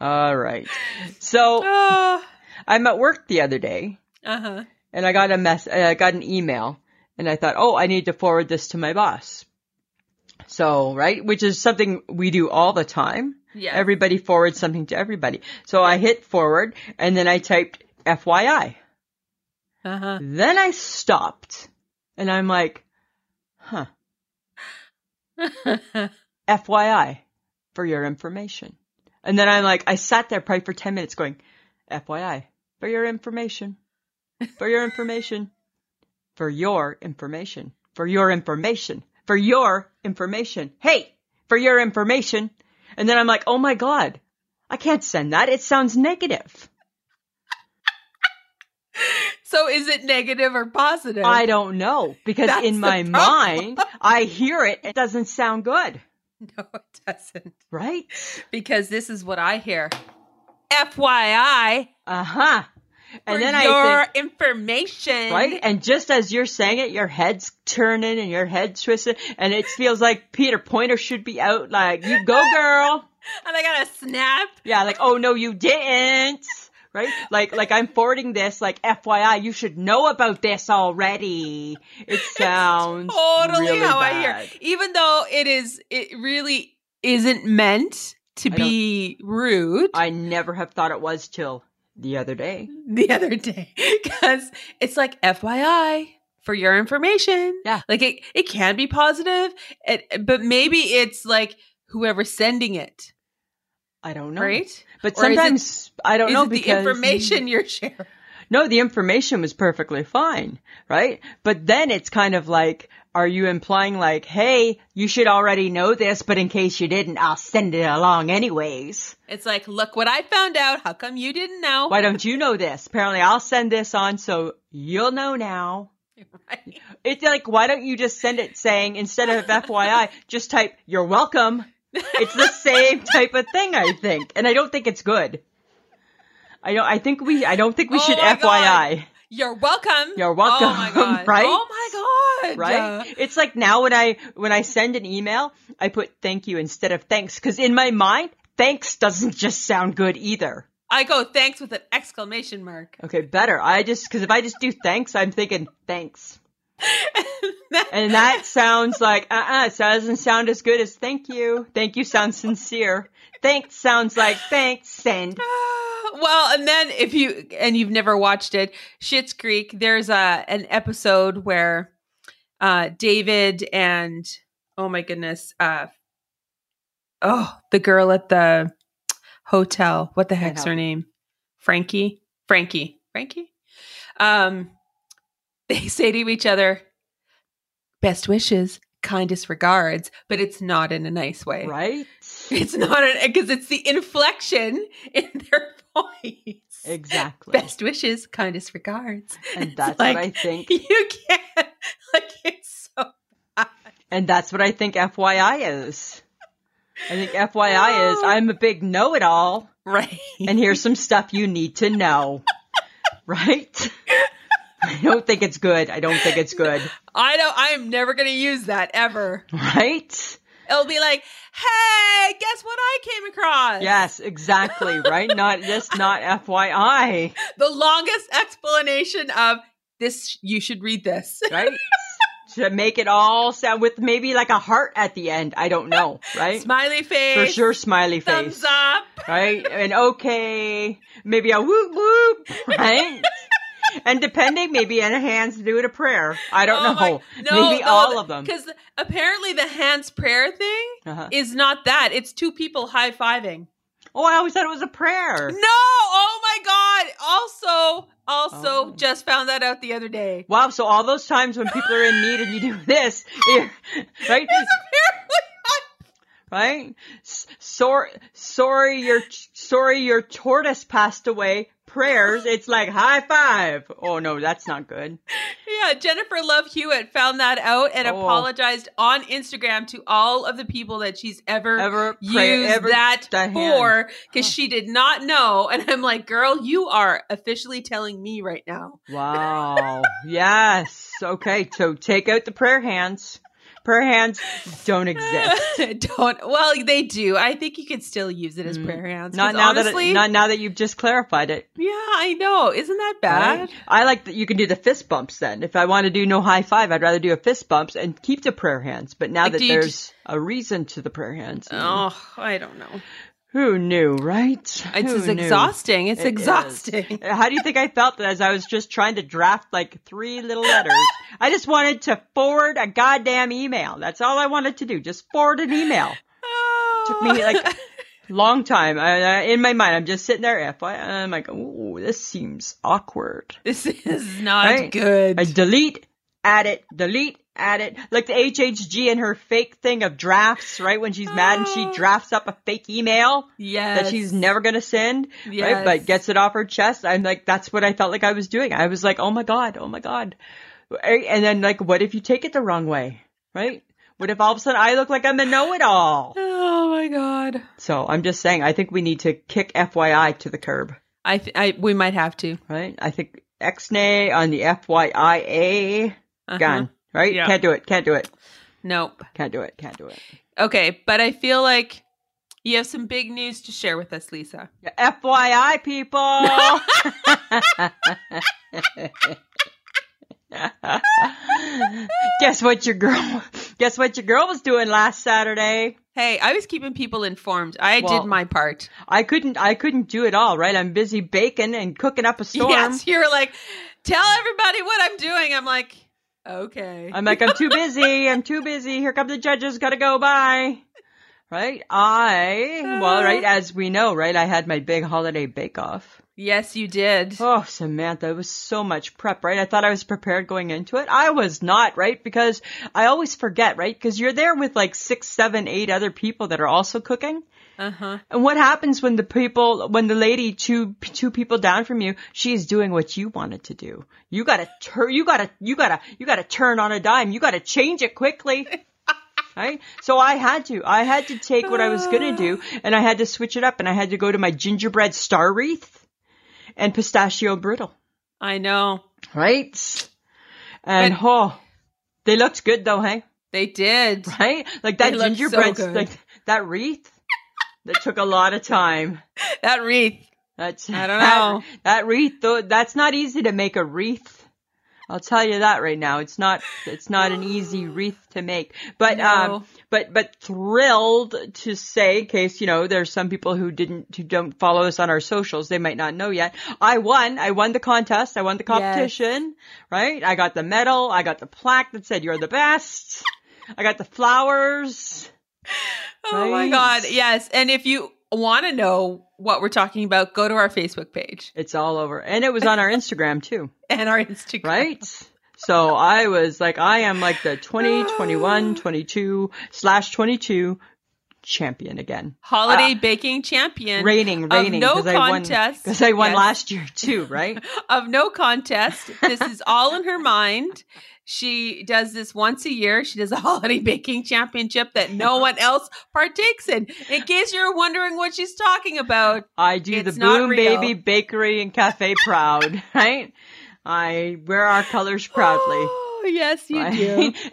Speaker 3: All right. So
Speaker 2: uh
Speaker 3: I'm at work the other day
Speaker 2: huh.
Speaker 3: and I got a mess. uh, I got an email, and I thought, oh, I need to forward this to my boss. So right, which is something we do all the time.
Speaker 2: Yeah.
Speaker 3: Everybody forwards something to everybody. So I hit forward, and then I typed FYI.
Speaker 2: Uh huh.
Speaker 3: Then I stopped, and I'm like, huh, FYI, for your information. And then I'm like, I sat there probably for ten minutes going, FYI, for your information, for your information. for your information, for your information, for your information. Hey, for your information. And then I'm like, oh my God, I can't send that. It sounds negative.
Speaker 2: So is it negative or positive?
Speaker 3: I don't know because
Speaker 2: That's
Speaker 3: in
Speaker 2: the
Speaker 3: my
Speaker 2: problem.
Speaker 3: mind, I hear it. It doesn't sound good,
Speaker 2: no, it doesn't.
Speaker 3: right?
Speaker 2: Because this is what I hear. FYI,
Speaker 3: Uh huh. And
Speaker 2: for
Speaker 3: then
Speaker 2: your
Speaker 3: I think,
Speaker 2: information,
Speaker 3: right? And just as you're saying it, your head's turning and your head's twisted, and it feels like Peter Pointer should be out. Like, you go, girl.
Speaker 2: And I got a snap.
Speaker 3: Yeah, like, oh no, you didn't. Right? Like, like I'm forwarding this, like, FYI, you should know about this already. It sounds
Speaker 2: totally
Speaker 3: really
Speaker 2: how
Speaker 3: bad.
Speaker 2: I hear. Even though it is, it really isn't meant to
Speaker 3: I don't-
Speaker 2: be rude.
Speaker 3: I never have thought it was till the other day.
Speaker 2: the other day because it's like FYI for your information.
Speaker 3: Yeah.
Speaker 2: like it, it can be positive, it, but maybe it's like whoever's sending it,
Speaker 3: I don't know.
Speaker 2: right?
Speaker 3: But
Speaker 2: Or is it-
Speaker 3: sometimes I don't
Speaker 2: Is
Speaker 3: know
Speaker 2: it the
Speaker 3: because
Speaker 2: information you're sharing?
Speaker 3: No, the information was perfectly fine, right? But then it's kind of like, are you implying like, hey, you should already know this, but in case you didn't, I'll send it along anyways.
Speaker 2: It's like, look what I found out. How come you didn't know?
Speaker 3: Why don't you know this? Apparently, I'll send this on so you'll know now.
Speaker 2: Right?
Speaker 3: It's like, why don't you just send it saying, instead of FYI, just type, you're welcome. It's the same type of thing, I think. And I don't think it's good. I don't, I think we, I don't think we
Speaker 2: Oh
Speaker 3: should
Speaker 2: my
Speaker 3: FYI.
Speaker 2: You're welcome.
Speaker 3: You're welcome,
Speaker 2: Oh my god.
Speaker 3: right?
Speaker 2: Oh my god.
Speaker 3: right? It's like now when I when I send an email, I put thank you instead of thanks because in my mind, thanks doesn't just sound good either.
Speaker 2: I go thanks with an exclamation mark.
Speaker 3: Okay, better. I just because if I just do thanks, I'm thinking thanks, and that sounds like uh uh it doesn't sound as good as thank you. Thank you sounds sincere. Thanks sounds like thanks send.
Speaker 2: well, and then if you and you've never watched it, Shit's Creek. There's a an episode where uh David and oh my goodness, uh oh the girl at the hotel. What the
Speaker 3: Can't
Speaker 2: heck's her
Speaker 3: help.
Speaker 2: name? Frankie. Frankie. Frankie. Um, they say to each other, "Best wishes, kindest regards," but it's not in a nice way,
Speaker 3: Right?
Speaker 2: it's not an because it's the inflection in their voice.
Speaker 3: Exactly.
Speaker 2: Best wishes, kindest regards.
Speaker 3: And
Speaker 2: It's
Speaker 3: that's what I think.
Speaker 2: You can't like it's so
Speaker 3: And that's what I think FYI is. I think FYI is I'm a big know it all.
Speaker 2: right.
Speaker 3: and here's some stuff you need to know. Right? I don't think it's good. I don't think it's good.
Speaker 2: I don't I am never gonna use that ever.
Speaker 3: Right?
Speaker 2: It'll be like, hey, guess what I came across?
Speaker 3: Yes, exactly. Right? Not just not FYI.
Speaker 2: The longest explanation of this you should read this.
Speaker 3: Right? To make it all sound with maybe like a heart at the end. I don't know. Right?
Speaker 2: Smiley
Speaker 3: For
Speaker 2: face.
Speaker 3: sure, smiley
Speaker 2: Thumbs
Speaker 3: face.
Speaker 2: up.
Speaker 3: Right? And okay. Maybe a whoop whoop. Right? And depending, maybe and a hands to do it a prayer. I don't
Speaker 2: Oh
Speaker 3: know. maybe all of them.
Speaker 2: Because apparently the hands prayer thing
Speaker 3: Uh-huh.
Speaker 2: is not that. It's two people high fiving.
Speaker 3: Oh, I always thought it was a prayer.
Speaker 2: No! Oh my god! Also, also
Speaker 3: Oh.
Speaker 2: just found that out the other day.
Speaker 3: Wow, so all those times when people are in need and you do this, you're- right? Right? S- Sor- sorry, your sorry, your tortoise passed away. Prayers, it's like high five. Oh no, that's not good.
Speaker 2: Yeah, Jennifer Love Hewitt found that out and
Speaker 3: Oh.
Speaker 2: apologized on Instagram to all of the people that she's ever,
Speaker 3: Ever pray,
Speaker 2: used
Speaker 3: ever
Speaker 2: that
Speaker 3: the hand.
Speaker 2: for because she did not know. And I'm like, girl, you are officially telling me right now.
Speaker 3: Wow. yes. Okay. So take out the prayer hands. Prayer hands don't exist.
Speaker 2: Don't. Well, they do. I think you could still use it as
Speaker 3: Mm.
Speaker 2: prayer hands.
Speaker 3: Not
Speaker 2: 'cause
Speaker 3: now that
Speaker 2: honestly-
Speaker 3: it, not now that you've just clarified it.
Speaker 2: Yeah, I know. Isn't that bad?
Speaker 3: Right? I mm. like that you can do the fist bumps then. If I want to do no high five, I'd rather do a fist bumps and keep the prayer hands. But now
Speaker 2: Like,
Speaker 3: that
Speaker 2: do you
Speaker 3: there's a reason to the prayer hands,
Speaker 2: Oh, I don't know.
Speaker 3: who knew, right?
Speaker 2: It's
Speaker 3: Who
Speaker 2: just
Speaker 3: knew?
Speaker 2: exhausting. It's
Speaker 3: It is.
Speaker 2: exhausting.
Speaker 3: How do you think I felt as I was just trying to draft like three little letters? I just wanted to forward a goddamn email. That's all I wanted to do. Just forward an email. Took me like long time. I, I, in my mind, I'm just sitting there. FYI, I'm like, ooh, this seems awkward.
Speaker 2: this is not
Speaker 3: Right?
Speaker 2: good.
Speaker 3: I delete, add it, delete, add it. Like the HHG and her fake thing of drafts, right? When she's mad and she
Speaker 2: Oh.
Speaker 3: drafts up a fake email
Speaker 2: yes.
Speaker 3: that she's never going to send,
Speaker 2: Yes.
Speaker 3: right? But gets it off her chest. I'm like, that's what I felt like I was doing. I was like, oh my God, oh my God. Right? And then like, what if you take it the wrong way, right? What if all of a sudden I look like I'm a know-it-all?
Speaker 2: Oh my god.
Speaker 3: So I'm just saying, I think we need to kick FYI to the curb,
Speaker 2: I, th- I we might have to.
Speaker 3: right? I think Xnay on the FYIA
Speaker 2: Uh-huh.
Speaker 3: gone. Right?
Speaker 2: Yeah.
Speaker 3: Can't do it. Can't do it.
Speaker 2: Nope.
Speaker 3: Can't do it. Can't do it.
Speaker 2: Okay, but I feel like you have some big news to share with us, Lisa.
Speaker 3: Yeah, FYI, people. guess what your girl? Guess what your girl was doing last Saturday?
Speaker 2: Hey, I was keeping people informed. I
Speaker 3: Well,
Speaker 2: did my part.
Speaker 3: I couldn't. I couldn't do it all. Right? I'm busy baking and cooking up a storm.
Speaker 2: Yes, you were like, tell everybody what I'm doing. I'm like, okay.
Speaker 3: I'm like, I'm too busy. I'm too busy. Here come the judges. Gotta go. Bye. Right? I well, right as we know, right? I had my big holiday bake off.
Speaker 2: yes, you did.
Speaker 3: Oh, Samantha, it was so much prep, right? I thought I was prepared going into it. I was not, right? Because I always forget, right? Because you're there with like six, seven, eight other people that are also cooking.
Speaker 2: Uh huh.
Speaker 3: And what happens when the people, when the lady two, two people down from you, she's doing what you wanted to do. You gotta turn, you gotta, you gotta, you gotta turn on a dime. You gotta change it quickly. Right? So I had to. I had to take what I was going to do and I had to switch it up and I had to go to my gingerbread star wreath and pistachio brittle.
Speaker 2: I know.
Speaker 3: Right? And,
Speaker 2: And-
Speaker 3: oh, they looked good though, hey?
Speaker 2: They did.
Speaker 3: Right? Like that
Speaker 2: They looked so
Speaker 3: gingerbread,
Speaker 2: good.
Speaker 3: like that wreath. that took a lot of time.
Speaker 2: That wreath.
Speaker 3: That's
Speaker 2: I don't
Speaker 3: that-
Speaker 2: know.
Speaker 3: That, wreath, though, that's not easy to make a wreath. I'll tell you that right now. It's not. It's not an easy wreath to make. But um,
Speaker 2: No.
Speaker 3: but but thrilled to say, in case you know, there's some people who didn't who don't follow us on our socials. They might not know yet. I won. I won the contest. I won the competition. Right. I got the medal. I got the plaque that said "You're the best." I got the flowers.
Speaker 2: Oh my
Speaker 3: Right.
Speaker 2: god. Yes. And if you want to know what we're talking about, go to our Facebook page
Speaker 3: It's all over, and it was on our Instagram too.
Speaker 2: and our Instagram.
Speaker 3: right? So I was like, I am like the 20, 21, 22 slash 22 champion again.
Speaker 2: Holiday
Speaker 3: Uh,
Speaker 2: baking champion.
Speaker 3: Reigning, reigning.
Speaker 2: no
Speaker 3: I won,
Speaker 2: contest.
Speaker 3: Because I won
Speaker 2: Yes.
Speaker 3: last year too, right?
Speaker 2: of no contest. This is all in her mind. She does this once a year. She does a holiday baking championship that no one else partakes in. In case you're wondering what she's talking about,
Speaker 3: I do
Speaker 2: It's
Speaker 3: the
Speaker 2: not
Speaker 3: Boom
Speaker 2: real.
Speaker 3: Baby Bakery and Cafe proud, right? I wear our colors proudly.
Speaker 2: Oh, yes, you
Speaker 3: right?
Speaker 2: do.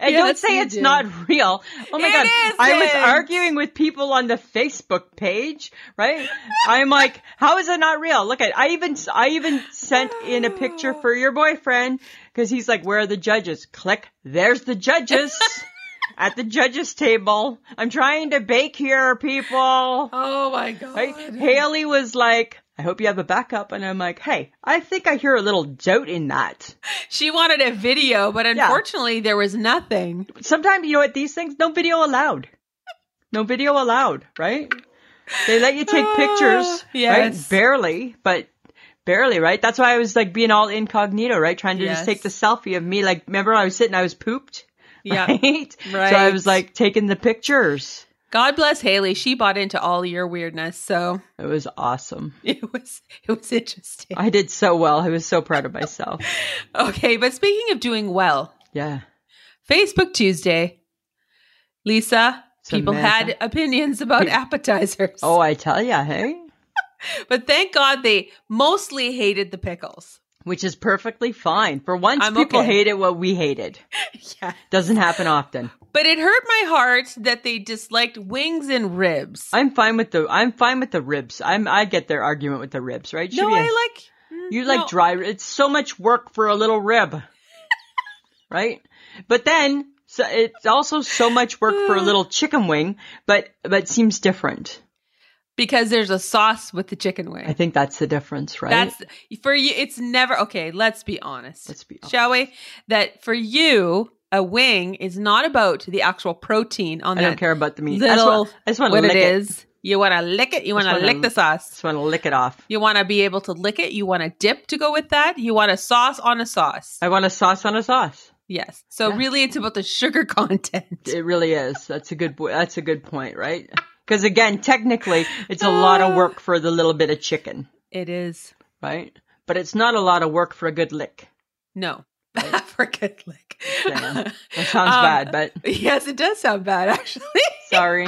Speaker 3: and don't
Speaker 2: Yes,
Speaker 3: say
Speaker 2: you
Speaker 3: it's
Speaker 2: do.
Speaker 3: not real. Oh my
Speaker 2: It
Speaker 3: god. I was
Speaker 2: isn't.
Speaker 3: arguing with people on the Facebook page, right? I'm like, how is it not real? Look at I even I even sent in a picture for your boyfriend cuz he's like, "Where are the judges?" Click. There's the judges. At the judges table. I'm trying to bake here, people.
Speaker 2: Oh my god.
Speaker 3: Right? Haley was like, I hope you have a backup. And I'm like, hey, I think I hear a little doubt in that.
Speaker 2: She wanted a video, but unfortunately there was nothing.
Speaker 3: sometimes you know what these things no video allowed no video allowed right they let you take
Speaker 2: Ah,
Speaker 3: pictures
Speaker 2: yes.
Speaker 3: right barely but barely right that's why i was like being all incognito right trying to
Speaker 2: Yes.
Speaker 3: just take the selfie of me like remember i was sitting i was pooped
Speaker 2: Yeah.
Speaker 3: right?
Speaker 2: Right.
Speaker 3: so i was like taking the pictures
Speaker 2: God bless Haley. She bought into all your weirdness, so
Speaker 3: it was awesome
Speaker 2: it was it was interesting.
Speaker 3: i did so well i was so proud of myself
Speaker 2: Okay, but speaking of doing well,
Speaker 3: yeah
Speaker 2: Facebook Tuesday, Lisa, people
Speaker 3: Samantha.
Speaker 2: had opinions about appetizers.
Speaker 3: oh i tell ya hey
Speaker 2: But thank God they mostly hated the pickles.
Speaker 3: which is perfectly fine for once
Speaker 2: I'm
Speaker 3: people
Speaker 2: okay.
Speaker 3: hated what we hated
Speaker 2: Yeah.
Speaker 3: doesn't happen often
Speaker 2: But it hurt my heart that they disliked wings and ribs.
Speaker 3: I'm fine with the I'm fine with the ribs. I'm I get their argument with the ribs, right?
Speaker 2: no,
Speaker 3: Should be a-
Speaker 2: I like. mm,
Speaker 3: you like
Speaker 2: no.
Speaker 3: dry. It's so much work for a little rib, right? But then so it's also so much work for a little chicken wing, but but seems different.
Speaker 2: Because there's a sauce with the chicken wing.
Speaker 3: I think that's the difference, right?
Speaker 2: That's for you. It's never okay. Let's be honest.
Speaker 3: Let's be
Speaker 2: shall we? That for you, a wing is not about the actual protein on
Speaker 3: I
Speaker 2: that
Speaker 3: don't care about the meat. I just
Speaker 2: little.
Speaker 3: want, I just want to
Speaker 2: what
Speaker 3: lick
Speaker 2: it
Speaker 3: it.
Speaker 2: is. You want to lick it. You want to
Speaker 3: wanna
Speaker 2: lick the
Speaker 3: lick-
Speaker 2: sauce.
Speaker 3: Just want to lick it off.
Speaker 2: You want to be able to lick it. You want a dip to go with that. You want a sauce on a sauce.
Speaker 3: I want a sauce on a sauce.
Speaker 2: Yes. So
Speaker 3: Yeah.
Speaker 2: really, it's about the sugar content.
Speaker 3: It really is. That's a good. bo- That's a good point, right? Because again, technically, it's a lot of work for the little bit of chicken.
Speaker 2: It is
Speaker 3: right? But it's not a lot of work for a good lick.
Speaker 2: no. for a good lick.
Speaker 3: Damn. That sounds
Speaker 2: Um,
Speaker 3: bad, but
Speaker 2: Yes, it does sound bad, actually.
Speaker 3: sorry.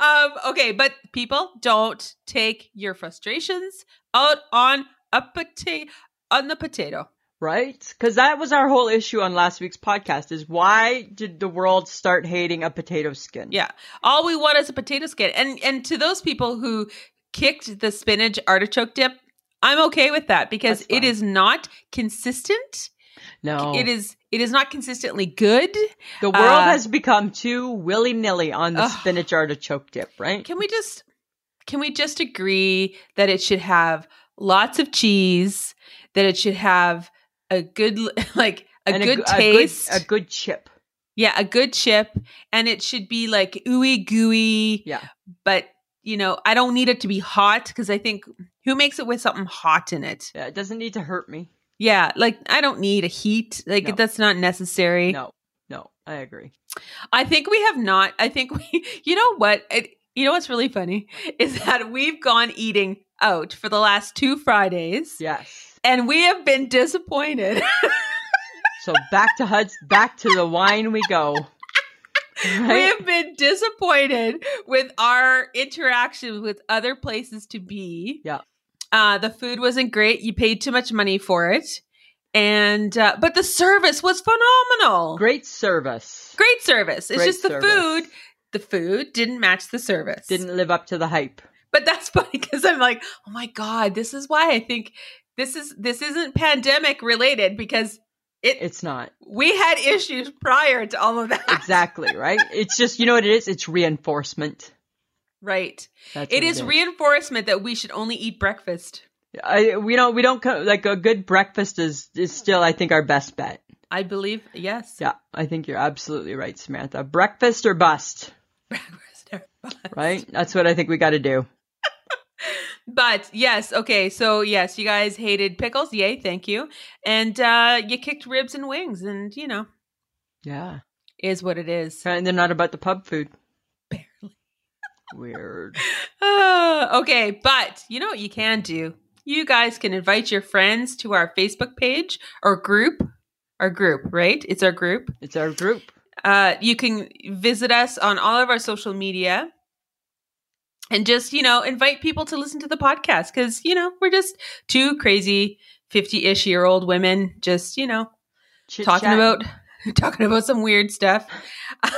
Speaker 2: Um, okay, but people don't take your frustrations out on a potato on the potato.
Speaker 3: right? Because that was our whole issue on last week's podcast is why did the world start hating a potato skin?
Speaker 2: Yeah. All we want is a potato skin. And and to those people who kicked the spinach artichoke dip, I'm okay with that because
Speaker 3: That's
Speaker 2: it
Speaker 3: fine.
Speaker 2: is not consistent.
Speaker 3: No.
Speaker 2: It is it is not consistently good.
Speaker 3: the world
Speaker 2: uh,
Speaker 3: has become too willy-nilly on the
Speaker 2: Ugh.
Speaker 3: spinach artichoke dip, right?
Speaker 2: Can we just can we just agree that it should have lots of cheese, that it should have a good like a
Speaker 3: And
Speaker 2: good
Speaker 3: go-
Speaker 2: taste.
Speaker 3: A good, chip.
Speaker 2: Yeah, a good chip, and it should be like ooey gooey.
Speaker 3: Yeah.
Speaker 2: but you know, I don't need it to be hot because I think who makes it with something hot in it?
Speaker 3: Yeah, it doesn't need to hurt me.
Speaker 2: Yeah, like I don't need a heat. Like
Speaker 3: No.
Speaker 2: that's not necessary.
Speaker 3: No. No, I agree.
Speaker 2: I think we have not. I think we. You know what? It, you know what's really funny is that we've gone eating out for the last two Fridays,
Speaker 3: Yes.
Speaker 2: and we have been disappointed.
Speaker 3: So back to Hud's back to the wine we go.
Speaker 2: we
Speaker 3: Right?
Speaker 2: have been disappointed with our interaction with other places to be.
Speaker 3: Yeah.
Speaker 2: Uh, the food wasn't great. You paid too much money for it. and uh, but the service was phenomenal.
Speaker 3: Great service.
Speaker 2: Great service. It's
Speaker 3: Great
Speaker 2: just the
Speaker 3: service.
Speaker 2: food. The food didn't match the service.
Speaker 3: Didn't live up to the hype.
Speaker 2: But that's funny because I'm like, oh my god, this is why I think this is this isn't pandemic related because it
Speaker 3: It's not.
Speaker 2: we had issues prior to all of that.
Speaker 3: Exactly, right? It's just, you know what it is? It's reinforcement.
Speaker 2: Right.
Speaker 3: That's
Speaker 2: It
Speaker 3: what
Speaker 2: is reinforcement that we should only eat breakfast.
Speaker 3: I, we don't, we don't, co- like a good breakfast is, is still, I think, our best bet.
Speaker 2: I believe yes.
Speaker 3: Yeah, I think you're absolutely right, Samantha. Breakfast or bust,
Speaker 2: Breakfast or brunch.
Speaker 3: right? That's what I think we got to do.
Speaker 2: But yes, okay, so yes, you guys hated pickles, yay, thank you. And uh you kicked ribs and wings, and you know,
Speaker 3: Yeah.
Speaker 2: is what it is.
Speaker 3: And they're not about the pub food.
Speaker 2: Barely.
Speaker 3: Weird.
Speaker 2: Ah, okay, but you know what you can do? You guys can invite your friends to our Facebook page or group. Our group, right? It's our group.
Speaker 3: It's our group.
Speaker 2: Uh, you can visit us on all of our social media and just, you know, invite people to listen to the podcast because, you know, we're just two crazy 50 ish year old women just, you know,
Speaker 3: Chit
Speaker 2: talking
Speaker 3: chat.
Speaker 2: about talking about some weird stuff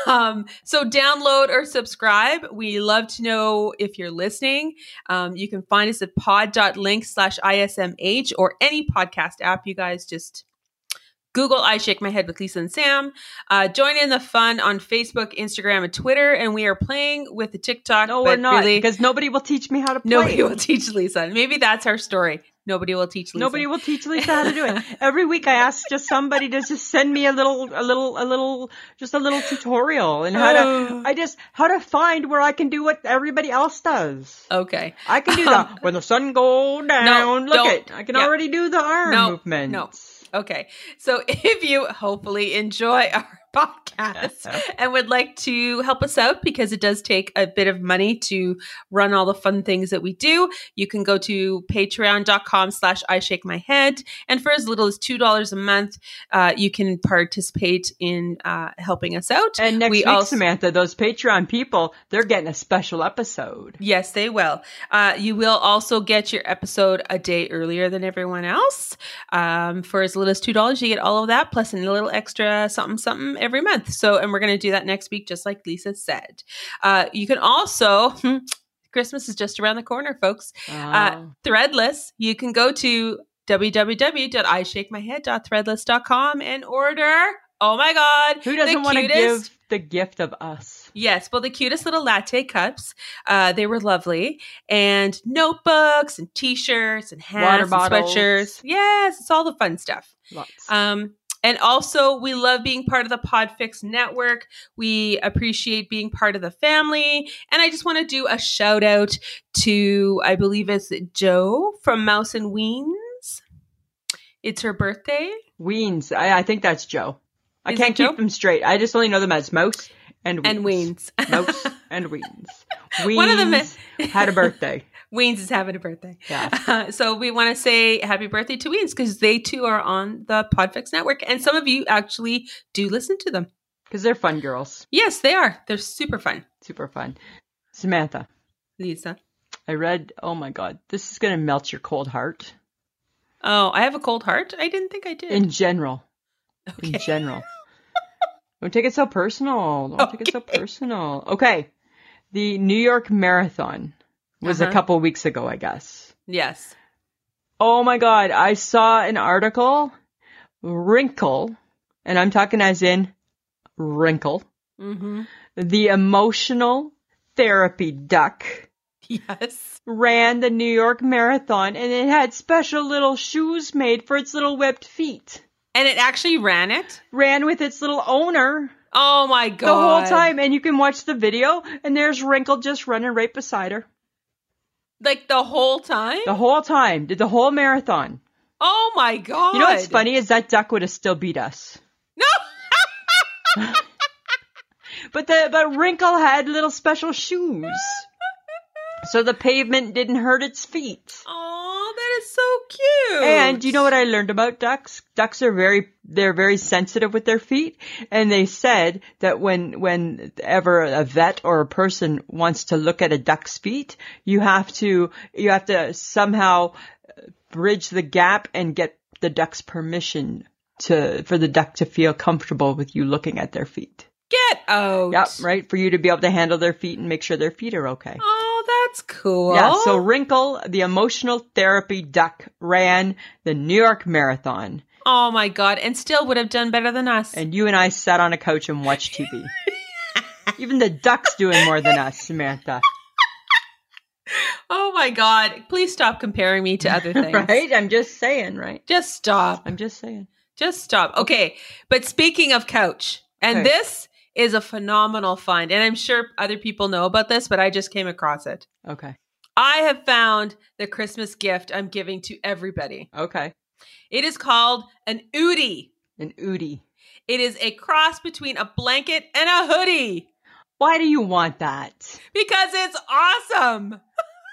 Speaker 2: um so download or subscribe we love to know if you're listening um you can find us at pod.link slash ismh or any podcast app you guys just google i shake my head with lisa and sam uh join in the fun on facebook instagram and twitter and we are playing with the tiktok
Speaker 3: No,
Speaker 2: but
Speaker 3: we're not
Speaker 2: really,
Speaker 3: because nobody will teach me how to play.
Speaker 2: nobody will teach lisa maybe that's our story nobody will teach lisa
Speaker 3: Nobody will teach Lisa how to do it. Every week I ask just somebody to just send me a little, a little, a little, just a little tutorial and how
Speaker 2: Oh.
Speaker 3: to, I just, how to find where I can do what everybody else does.
Speaker 2: okay
Speaker 3: I can do
Speaker 2: Um,
Speaker 3: that. When the sun goes down, look
Speaker 2: don't.
Speaker 3: it. I can
Speaker 2: Yeah.
Speaker 3: already do the arm
Speaker 2: No,
Speaker 3: movement.
Speaker 2: no. Okay. So if you hopefully enjoy our podcast and would like to help us out because it does take a bit of money to run all the fun things that we do, you can go to patreon.com slash I shake my head. And for as little as $2 a month, uh, you can participate in uh, helping us out.
Speaker 3: And next
Speaker 2: We
Speaker 3: week,
Speaker 2: also-
Speaker 3: Samantha, those Patreon people, they're getting a special episode.
Speaker 2: Yes, they will. Uh, you will also get your episode a day earlier than everyone else. Um, for as little as two dollars, you get all of that plus a little extra something something every month. So, and we're going to do that next week, just like Lisa said. Uh, you can also. hmm, Christmas is just around the corner, folks.
Speaker 3: Uh,
Speaker 2: Threadless, you can go to www.ishakemyhead.threadless.com and order. Oh my God.
Speaker 3: who doesn't
Speaker 2: the
Speaker 3: want to
Speaker 2: cutest-
Speaker 3: give the gift of us?
Speaker 2: Yes, well, the cutest little latte cups. Uh, they were lovely, and notebooks and T-shirts and hats
Speaker 3: Water
Speaker 2: and
Speaker 3: bottles.
Speaker 2: sweatshirts. Yes, it's all the fun stuff.
Speaker 3: Lots.
Speaker 2: Um, and also, we love being part of the Podfix network. We appreciate being part of the family. And I just want to do a shout out to, I believe it's Joe from Mouse and Weens. It's her birthday.
Speaker 3: Weens. I, I think that's Joe. I
Speaker 2: Is
Speaker 3: can't
Speaker 2: it Joe?
Speaker 3: keep them straight. I just only know them as Mouse and Weens.
Speaker 2: And Weens.
Speaker 3: Mouse and Weens. Weens
Speaker 2: One of them is-
Speaker 3: had a birthday.
Speaker 2: Weens is having a birthday.
Speaker 3: Yeah.
Speaker 2: Uh, so we want to say happy birthday to Weens because they too are on the Podfix network, and some of you actually do listen to them.
Speaker 3: Because they're fun girls.
Speaker 2: Yes, they are. They're super fun,
Speaker 3: Super fun. Samantha,
Speaker 2: Lisa.
Speaker 3: I read, oh my God, this is going to melt your cold heart.
Speaker 2: Oh, I have a cold heart. I didn't think I did.
Speaker 3: In general. In
Speaker 2: Okay.
Speaker 3: general. Don't take it so personal. Don't take it so personal. Okay. The New York Marathon was a
Speaker 2: Uh-huh.
Speaker 3: couple weeks ago, I guess.
Speaker 2: yes.
Speaker 3: Oh my God, I saw an article, Wrinkle, and I'm talking as in Wrinkle,
Speaker 2: Mm-hmm.
Speaker 3: the emotional therapy duck
Speaker 2: Yes.
Speaker 3: ran the New York Marathon and it had special little shoes made for its little webbed feet.
Speaker 2: And it actually ran it.
Speaker 3: Ran with its little owner
Speaker 2: Oh my god!
Speaker 3: the whole time, and you can watch the video, and there's Wrinkle just running right beside her.
Speaker 2: like the whole time.
Speaker 3: The whole time, did the whole marathon.
Speaker 2: oh my god!
Speaker 3: You know what's funny is that duck would have still beat us.
Speaker 2: No.
Speaker 3: But the but Wrinkle had little special shoes. So the pavement didn't hurt its feet.
Speaker 2: Oh, that is so cute.
Speaker 3: And you know what I learned about ducks? Ducks are very they're very sensitive with their feet and they said that when whenever a vet or a person wants to look at a duck's feet, you have to you have to somehow uh, bridge the gap and get the duck's permission to for the duck to feel comfortable with you looking at their feet.
Speaker 2: Get out.
Speaker 3: Yep, right. For you to be able to handle their feet and make sure their feet are okay.
Speaker 2: Oh, that's cool.
Speaker 3: Yeah, so Wrinkle, the emotional therapy duck, ran the New York Marathon.
Speaker 2: oh my God. And still would have done better than us.
Speaker 3: And you and I sat on a couch and watched TV. Even the duck's doing more than us, Samantha.
Speaker 2: oh my God. Please stop comparing me to other things.
Speaker 3: Right? I'm just saying, right?
Speaker 2: Just stop.
Speaker 3: I'm just saying.
Speaker 2: Just stop. Okay. But speaking of couch, and
Speaker 3: Okay.
Speaker 2: this is a phenomenal find. And I'm sure other people know about this, but I just came across it.
Speaker 3: Okay.
Speaker 2: I have found the Christmas gift I'm giving to everybody.
Speaker 3: Okay.
Speaker 2: It is called an Udi.
Speaker 3: An Udi.
Speaker 2: It is a cross between a blanket and a hoodie
Speaker 3: Why do you want that?
Speaker 2: because it's awesome.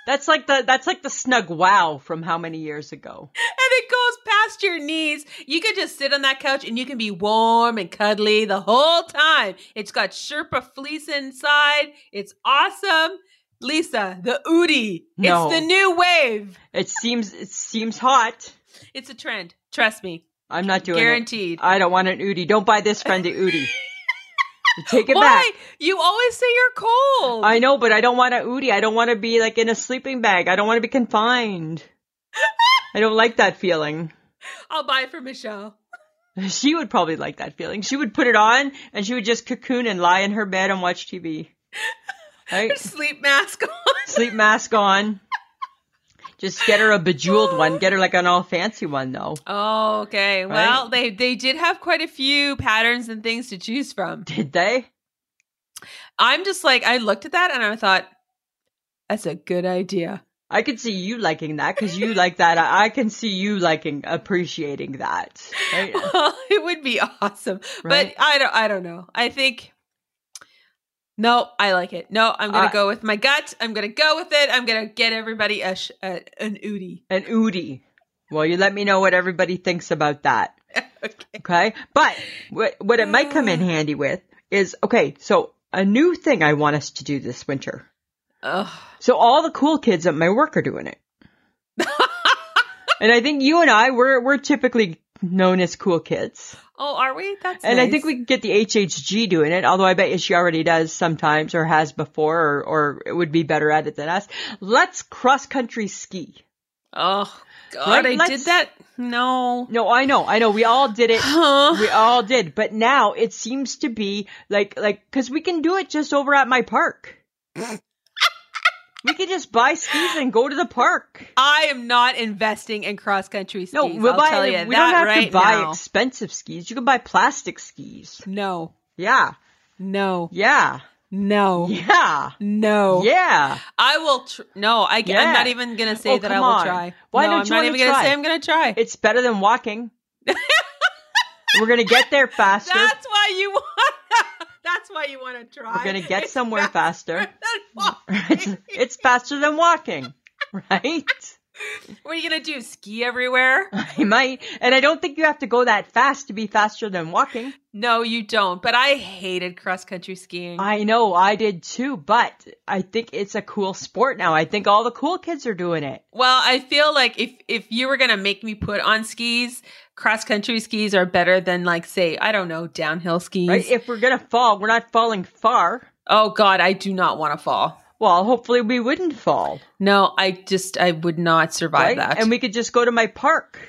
Speaker 3: That's like the that's like the snug wow from how many years ago.
Speaker 2: And it goes past your knees. You can just sit on that couch and you can be warm and cuddly the whole time. It's got Sherpa fleece inside. It's awesome. Lisa, the Udi.
Speaker 3: No.
Speaker 2: It's the new wave.
Speaker 3: It seems it seems hot.
Speaker 2: It's a trend. Trust me.
Speaker 3: I'm not doing it.
Speaker 2: Guaranteed.
Speaker 3: I don't want an Udi. Don't buy this friend a Udi. Take it back.
Speaker 2: Why? You always say you're cold.
Speaker 3: I know, but I don't want a Udi. I don't want to be like in a sleeping bag. I don't want to be confined. I don't like that feeling.
Speaker 2: I'll buy it for Michelle.
Speaker 3: She would probably like that feeling. She would put it on and she would just cocoon and lie in her bed and watch TV. Right?
Speaker 2: Sleep mask on.
Speaker 3: Sleep mask on. Just get her a bejeweled one. Get her like an all fancy one though.
Speaker 2: Oh, okay.
Speaker 3: Right?
Speaker 2: Well, they they did have quite a few patterns and things to choose from.
Speaker 3: Did they?
Speaker 2: I'm just like I looked at that and I thought that's a good idea.
Speaker 3: I could see you liking that because you like that. I, I can see you liking, appreciating that. Right?
Speaker 2: it would be awesome.
Speaker 3: Right?
Speaker 2: But I don't I don't know. I think no, I like it. No, I'm going to
Speaker 3: I-
Speaker 2: go with my gut. I'm going to go with it. I'm going to get everybody a sh- a, an Udi.
Speaker 3: An Udi. Well, you let me know what everybody thinks about that.
Speaker 2: Okay.
Speaker 3: Okay. But what, what it might come in handy with is okay, so a new thing I want us to do this winter.
Speaker 2: Ugh.
Speaker 3: So all the cool kids at my work are doing it. and I think you and I, we're, we're typically known as cool kids.
Speaker 2: Oh, are we? That's
Speaker 3: And I
Speaker 2: nice.
Speaker 3: think we could get the HHG doing it, although I bet you she already does sometimes or has before or, or it would be better at it than us. Let's cross country ski.
Speaker 2: Oh god,
Speaker 3: Right?
Speaker 2: I
Speaker 3: Let's-
Speaker 2: did that. No.
Speaker 3: No, I know, I know. We all did it.
Speaker 2: Huh.
Speaker 3: We all did. But now it seems to be like, like, cause we can do it just over at my park. we can just buy skis and go to the park.
Speaker 2: I am not investing in cross country skis.
Speaker 3: No, we'll
Speaker 2: I'll
Speaker 3: buy,
Speaker 2: tell you
Speaker 3: we
Speaker 2: that
Speaker 3: don't have
Speaker 2: right
Speaker 3: to buy
Speaker 2: now.
Speaker 3: expensive skis. You can buy plastic skis.
Speaker 2: no,
Speaker 3: Yeah.
Speaker 2: no,
Speaker 3: Yeah.
Speaker 2: no,
Speaker 3: Yeah.
Speaker 2: no.
Speaker 3: Yeah.
Speaker 2: I will. Tr- no, I,
Speaker 3: Yeah.
Speaker 2: am not even gonna say
Speaker 3: Oh,
Speaker 2: that I
Speaker 3: come
Speaker 2: will
Speaker 3: on.
Speaker 2: try.
Speaker 3: Why
Speaker 2: no,
Speaker 3: don't
Speaker 2: I'm
Speaker 3: you
Speaker 2: not
Speaker 3: wanna
Speaker 2: even gonna
Speaker 3: try?
Speaker 2: say I'm gonna try.
Speaker 3: It's better than walking. We're going to get there faster.
Speaker 2: That's why you want. That's why you want to try.
Speaker 3: We're going to get
Speaker 2: It's
Speaker 3: somewhere faster.
Speaker 2: than walking.
Speaker 3: it's, it's faster than walking, right?
Speaker 2: what are you gonna do? Ski everywhere?
Speaker 3: I might. And I don't think you have to go that fast to be faster than walking.
Speaker 2: No, you don't. But I hated cross country skiing.
Speaker 3: I know, I did too, but I think it's a cool sport now. I think all the cool kids are doing it.
Speaker 2: Well, I feel like if if you were gonna make me put on skis, cross country skis are better than like say I don't know downhill skis.
Speaker 3: Right? If we're going to fall, we're not falling far.
Speaker 2: oh God, I do not want to fall.
Speaker 3: Well, hopefully we wouldn't fall.
Speaker 2: No, I just I would not survive
Speaker 3: Right?
Speaker 2: that.
Speaker 3: And we could just go to my park.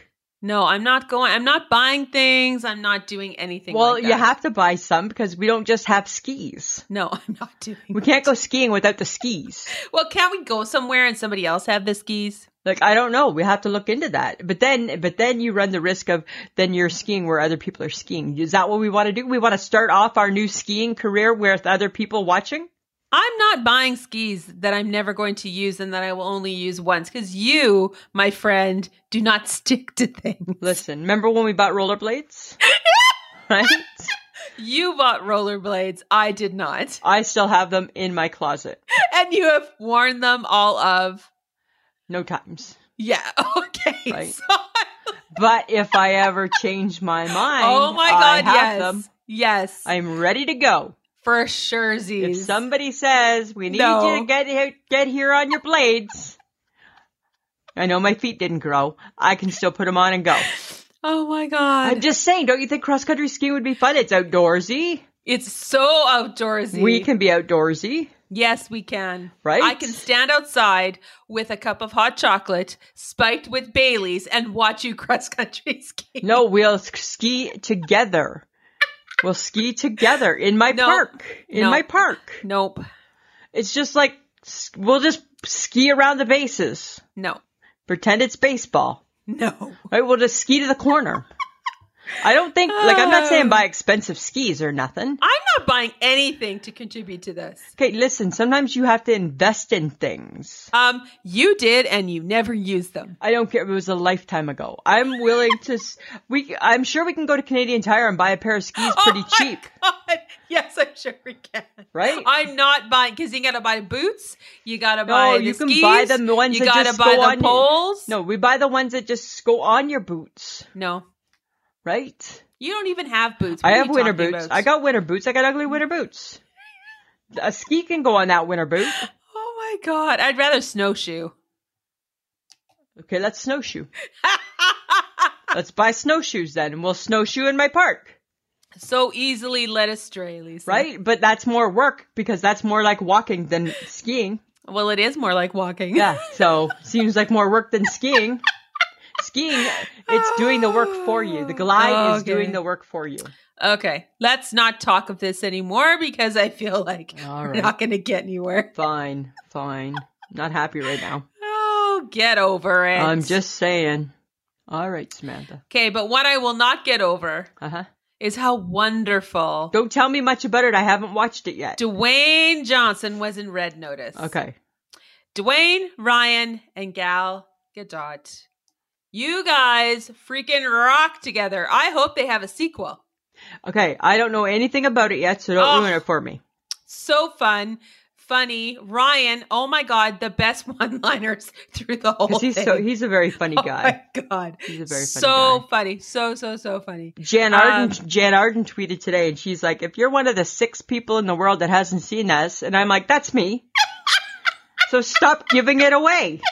Speaker 2: no, I'm not going. I'm not buying things. I'm not doing anything.
Speaker 3: Well,
Speaker 2: like
Speaker 3: you
Speaker 2: that.
Speaker 3: have to buy some because we don't just have skis.
Speaker 2: No, I'm not doing.
Speaker 3: We can't go skiing without the skis.
Speaker 2: Well, can't we go somewhere and somebody else have the skis?
Speaker 3: Like I don't know, we have to look into that. But then, but then you run the risk of then you're skiing where other people are skiing. Is that what we want to do? We want to start off our new skiing career with other people watching.
Speaker 2: I'm not buying skis that I'm never going to use and that I will only use once because you, my friend, do not stick to things.
Speaker 3: Listen, remember when we bought rollerblades? right?
Speaker 2: You bought rollerblades. I did not.
Speaker 3: I still have them in my closet.
Speaker 2: And you have worn them all of.
Speaker 3: No times.
Speaker 2: Yeah. Okay.
Speaker 3: Right.
Speaker 2: So I-
Speaker 3: But if I ever change my mind,
Speaker 2: oh my
Speaker 3: I
Speaker 2: God.
Speaker 3: have
Speaker 2: Yes.
Speaker 3: them.
Speaker 2: Yes.
Speaker 3: I'm ready to go.
Speaker 2: for sure.
Speaker 3: If somebody says we need you
Speaker 2: No.
Speaker 3: to get here, get here on your blades, I know my feet didn't grow. I can still put them on and go.
Speaker 2: Oh my god.
Speaker 3: I'm just saying, don't you think cross country skiing would be fun? It's outdoorsy.
Speaker 2: it's so outdoorsy.
Speaker 3: We can be outdoorsy.
Speaker 2: Yes, we can.
Speaker 3: Right?
Speaker 2: I can stand outside with a cup of hot chocolate spiked with Bailey's and watch you cross country ski.
Speaker 3: No, we'll s- ski together. We'll ski together in my
Speaker 2: No.
Speaker 3: park. In
Speaker 2: No.
Speaker 3: my park.
Speaker 2: Nope.
Speaker 3: It's just like s- we'll just ski around the bases.
Speaker 2: No.
Speaker 3: Pretend it's baseball.
Speaker 2: No.
Speaker 3: Right? We'll just ski to the corner. I don't think like I'm
Speaker 2: Um.
Speaker 3: not saying buy expensive skis or nothing.
Speaker 2: I'm not buying anything to contribute to this.
Speaker 3: Okay, listen, sometimes you have to invest in things.
Speaker 2: Um, you did and you never used them.
Speaker 3: I don't care. It was a lifetime ago. I'm willing to. s- We. I'm sure we can go to Canadian Tire and buy a pair of skis pretty
Speaker 2: Oh my
Speaker 3: cheap.
Speaker 2: God. Yes, I'm sure we can.
Speaker 3: Right?
Speaker 2: I'm not buying because you gotta buy boots. You gotta
Speaker 3: No,
Speaker 2: buy. the
Speaker 3: you can buy
Speaker 2: skis,
Speaker 3: them the ones
Speaker 2: you
Speaker 3: that
Speaker 2: gotta
Speaker 3: just
Speaker 2: buy
Speaker 3: go
Speaker 2: the
Speaker 3: on you.
Speaker 2: poles.
Speaker 3: No, we buy the ones that just go on your boots,
Speaker 2: no,
Speaker 3: right?
Speaker 2: you don't even have boots. What
Speaker 3: I
Speaker 2: are
Speaker 3: have
Speaker 2: you
Speaker 3: winter
Speaker 2: talking
Speaker 3: boots.
Speaker 2: about?
Speaker 3: I got winter boots. I got ugly winter boots. A ski can go on that winter boot.
Speaker 2: Oh my god! I'd rather snowshoe.
Speaker 3: Okay, let's snowshoe. Let's buy snowshoes then, and we'll snowshoe in my park,
Speaker 2: so easily led astray, Lisa.
Speaker 3: right? But that's more work because that's more like walking than skiing.
Speaker 2: Well, it is more like walking.
Speaker 3: Yeah, so seems like more work than skiing. skiing, it's doing the work for you. The glide is
Speaker 2: Okay.
Speaker 3: doing the work for you.
Speaker 2: Okay. Let's not talk of this anymore because I feel like
Speaker 3: All
Speaker 2: we're
Speaker 3: right.
Speaker 2: not going to get anywhere.
Speaker 3: Fine, fine. Not happy right now.
Speaker 2: Oh, get over it.
Speaker 3: I'm just saying. All right, Samantha.
Speaker 2: okay. But what I will not get over
Speaker 3: Uh huh.
Speaker 2: is how wonderful
Speaker 3: Don't tell me much about it. I haven't watched it yet.
Speaker 2: Dwayne Johnson was in Red Notice.
Speaker 3: Okay.
Speaker 2: Dwayne, Ryan, and Gal Gadot. You guys freaking rock together. I hope they have a sequel.
Speaker 3: Okay. I don't know anything about it yet, so don't
Speaker 2: Oh.
Speaker 3: ruin it for me.
Speaker 2: so fun, funny. Ryan, oh my god, the best one-liners through the whole
Speaker 3: Because he's
Speaker 2: thing.
Speaker 3: so he's a very funny
Speaker 2: oh
Speaker 3: guy.
Speaker 2: my god,
Speaker 3: He's a very funny
Speaker 2: so
Speaker 3: guy.
Speaker 2: funny, so so so funny.
Speaker 3: Jan Arden
Speaker 2: Um,
Speaker 3: Jan Arden tweeted today and she's like, if you're one of the six people in the world that hasn't seen us, and I'm like, that's me. so stop giving it away.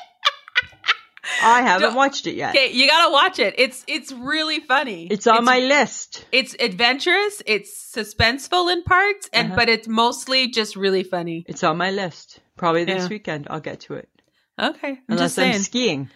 Speaker 3: I haven't
Speaker 2: Don't-
Speaker 3: watched it yet.
Speaker 2: Okay, you gotta watch it. It's it's really funny.
Speaker 3: It's on my list.
Speaker 2: It's adventurous. It's suspenseful in parts, and
Speaker 3: Uh-huh.
Speaker 2: but it's mostly just really funny.
Speaker 3: It's on my list. Probably this
Speaker 2: Yeah.
Speaker 3: weekend I'll get to it.
Speaker 2: Okay, I'm just
Speaker 3: Unless I'm
Speaker 2: saying.
Speaker 3: skiing.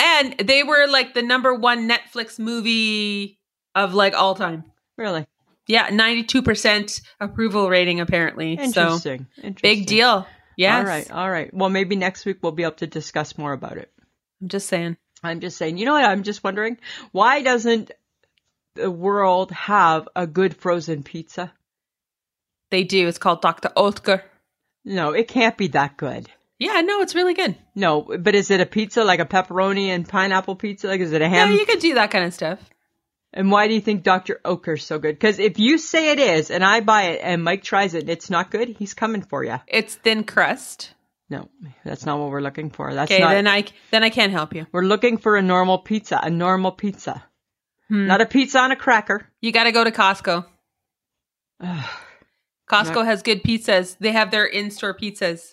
Speaker 2: and they were like the number one Netflix movie of like all time.
Speaker 3: Really.
Speaker 2: Yeah, ninety two percent approval rating apparently. So
Speaker 3: Interesting. Interesting.
Speaker 2: big deal. Yes.
Speaker 3: All right, all right. Well, maybe next week we'll be able to discuss more about it.
Speaker 2: I'm just saying.
Speaker 3: I'm just saying, you know what? I'm just wondering why doesn't the world have a good frozen pizza?
Speaker 2: They do. It's called Dr. Oetker.
Speaker 3: No, it can't be that good.
Speaker 2: Yeah, no, it's really good.
Speaker 3: No, but is it a pizza like a pepperoni and pineapple pizza? Like, is it a ham?
Speaker 2: yeah, you could do that kind of stuff.
Speaker 3: and why do you think Dr. Oker's so good? Because if you say it is and I buy it and Mike tries it and it's not good, he's coming for you.
Speaker 2: It's thin crust.
Speaker 3: No, that's not what we're looking for. That's
Speaker 2: Okay,
Speaker 3: not.
Speaker 2: then I then I can't help you.
Speaker 3: we're looking for a normal pizza, a normal pizza,
Speaker 2: Hmm.
Speaker 3: not a pizza on a cracker.
Speaker 2: You got to go to Costco.
Speaker 3: Ugh.
Speaker 2: Costco has good pizzas. They have their in-store pizzas.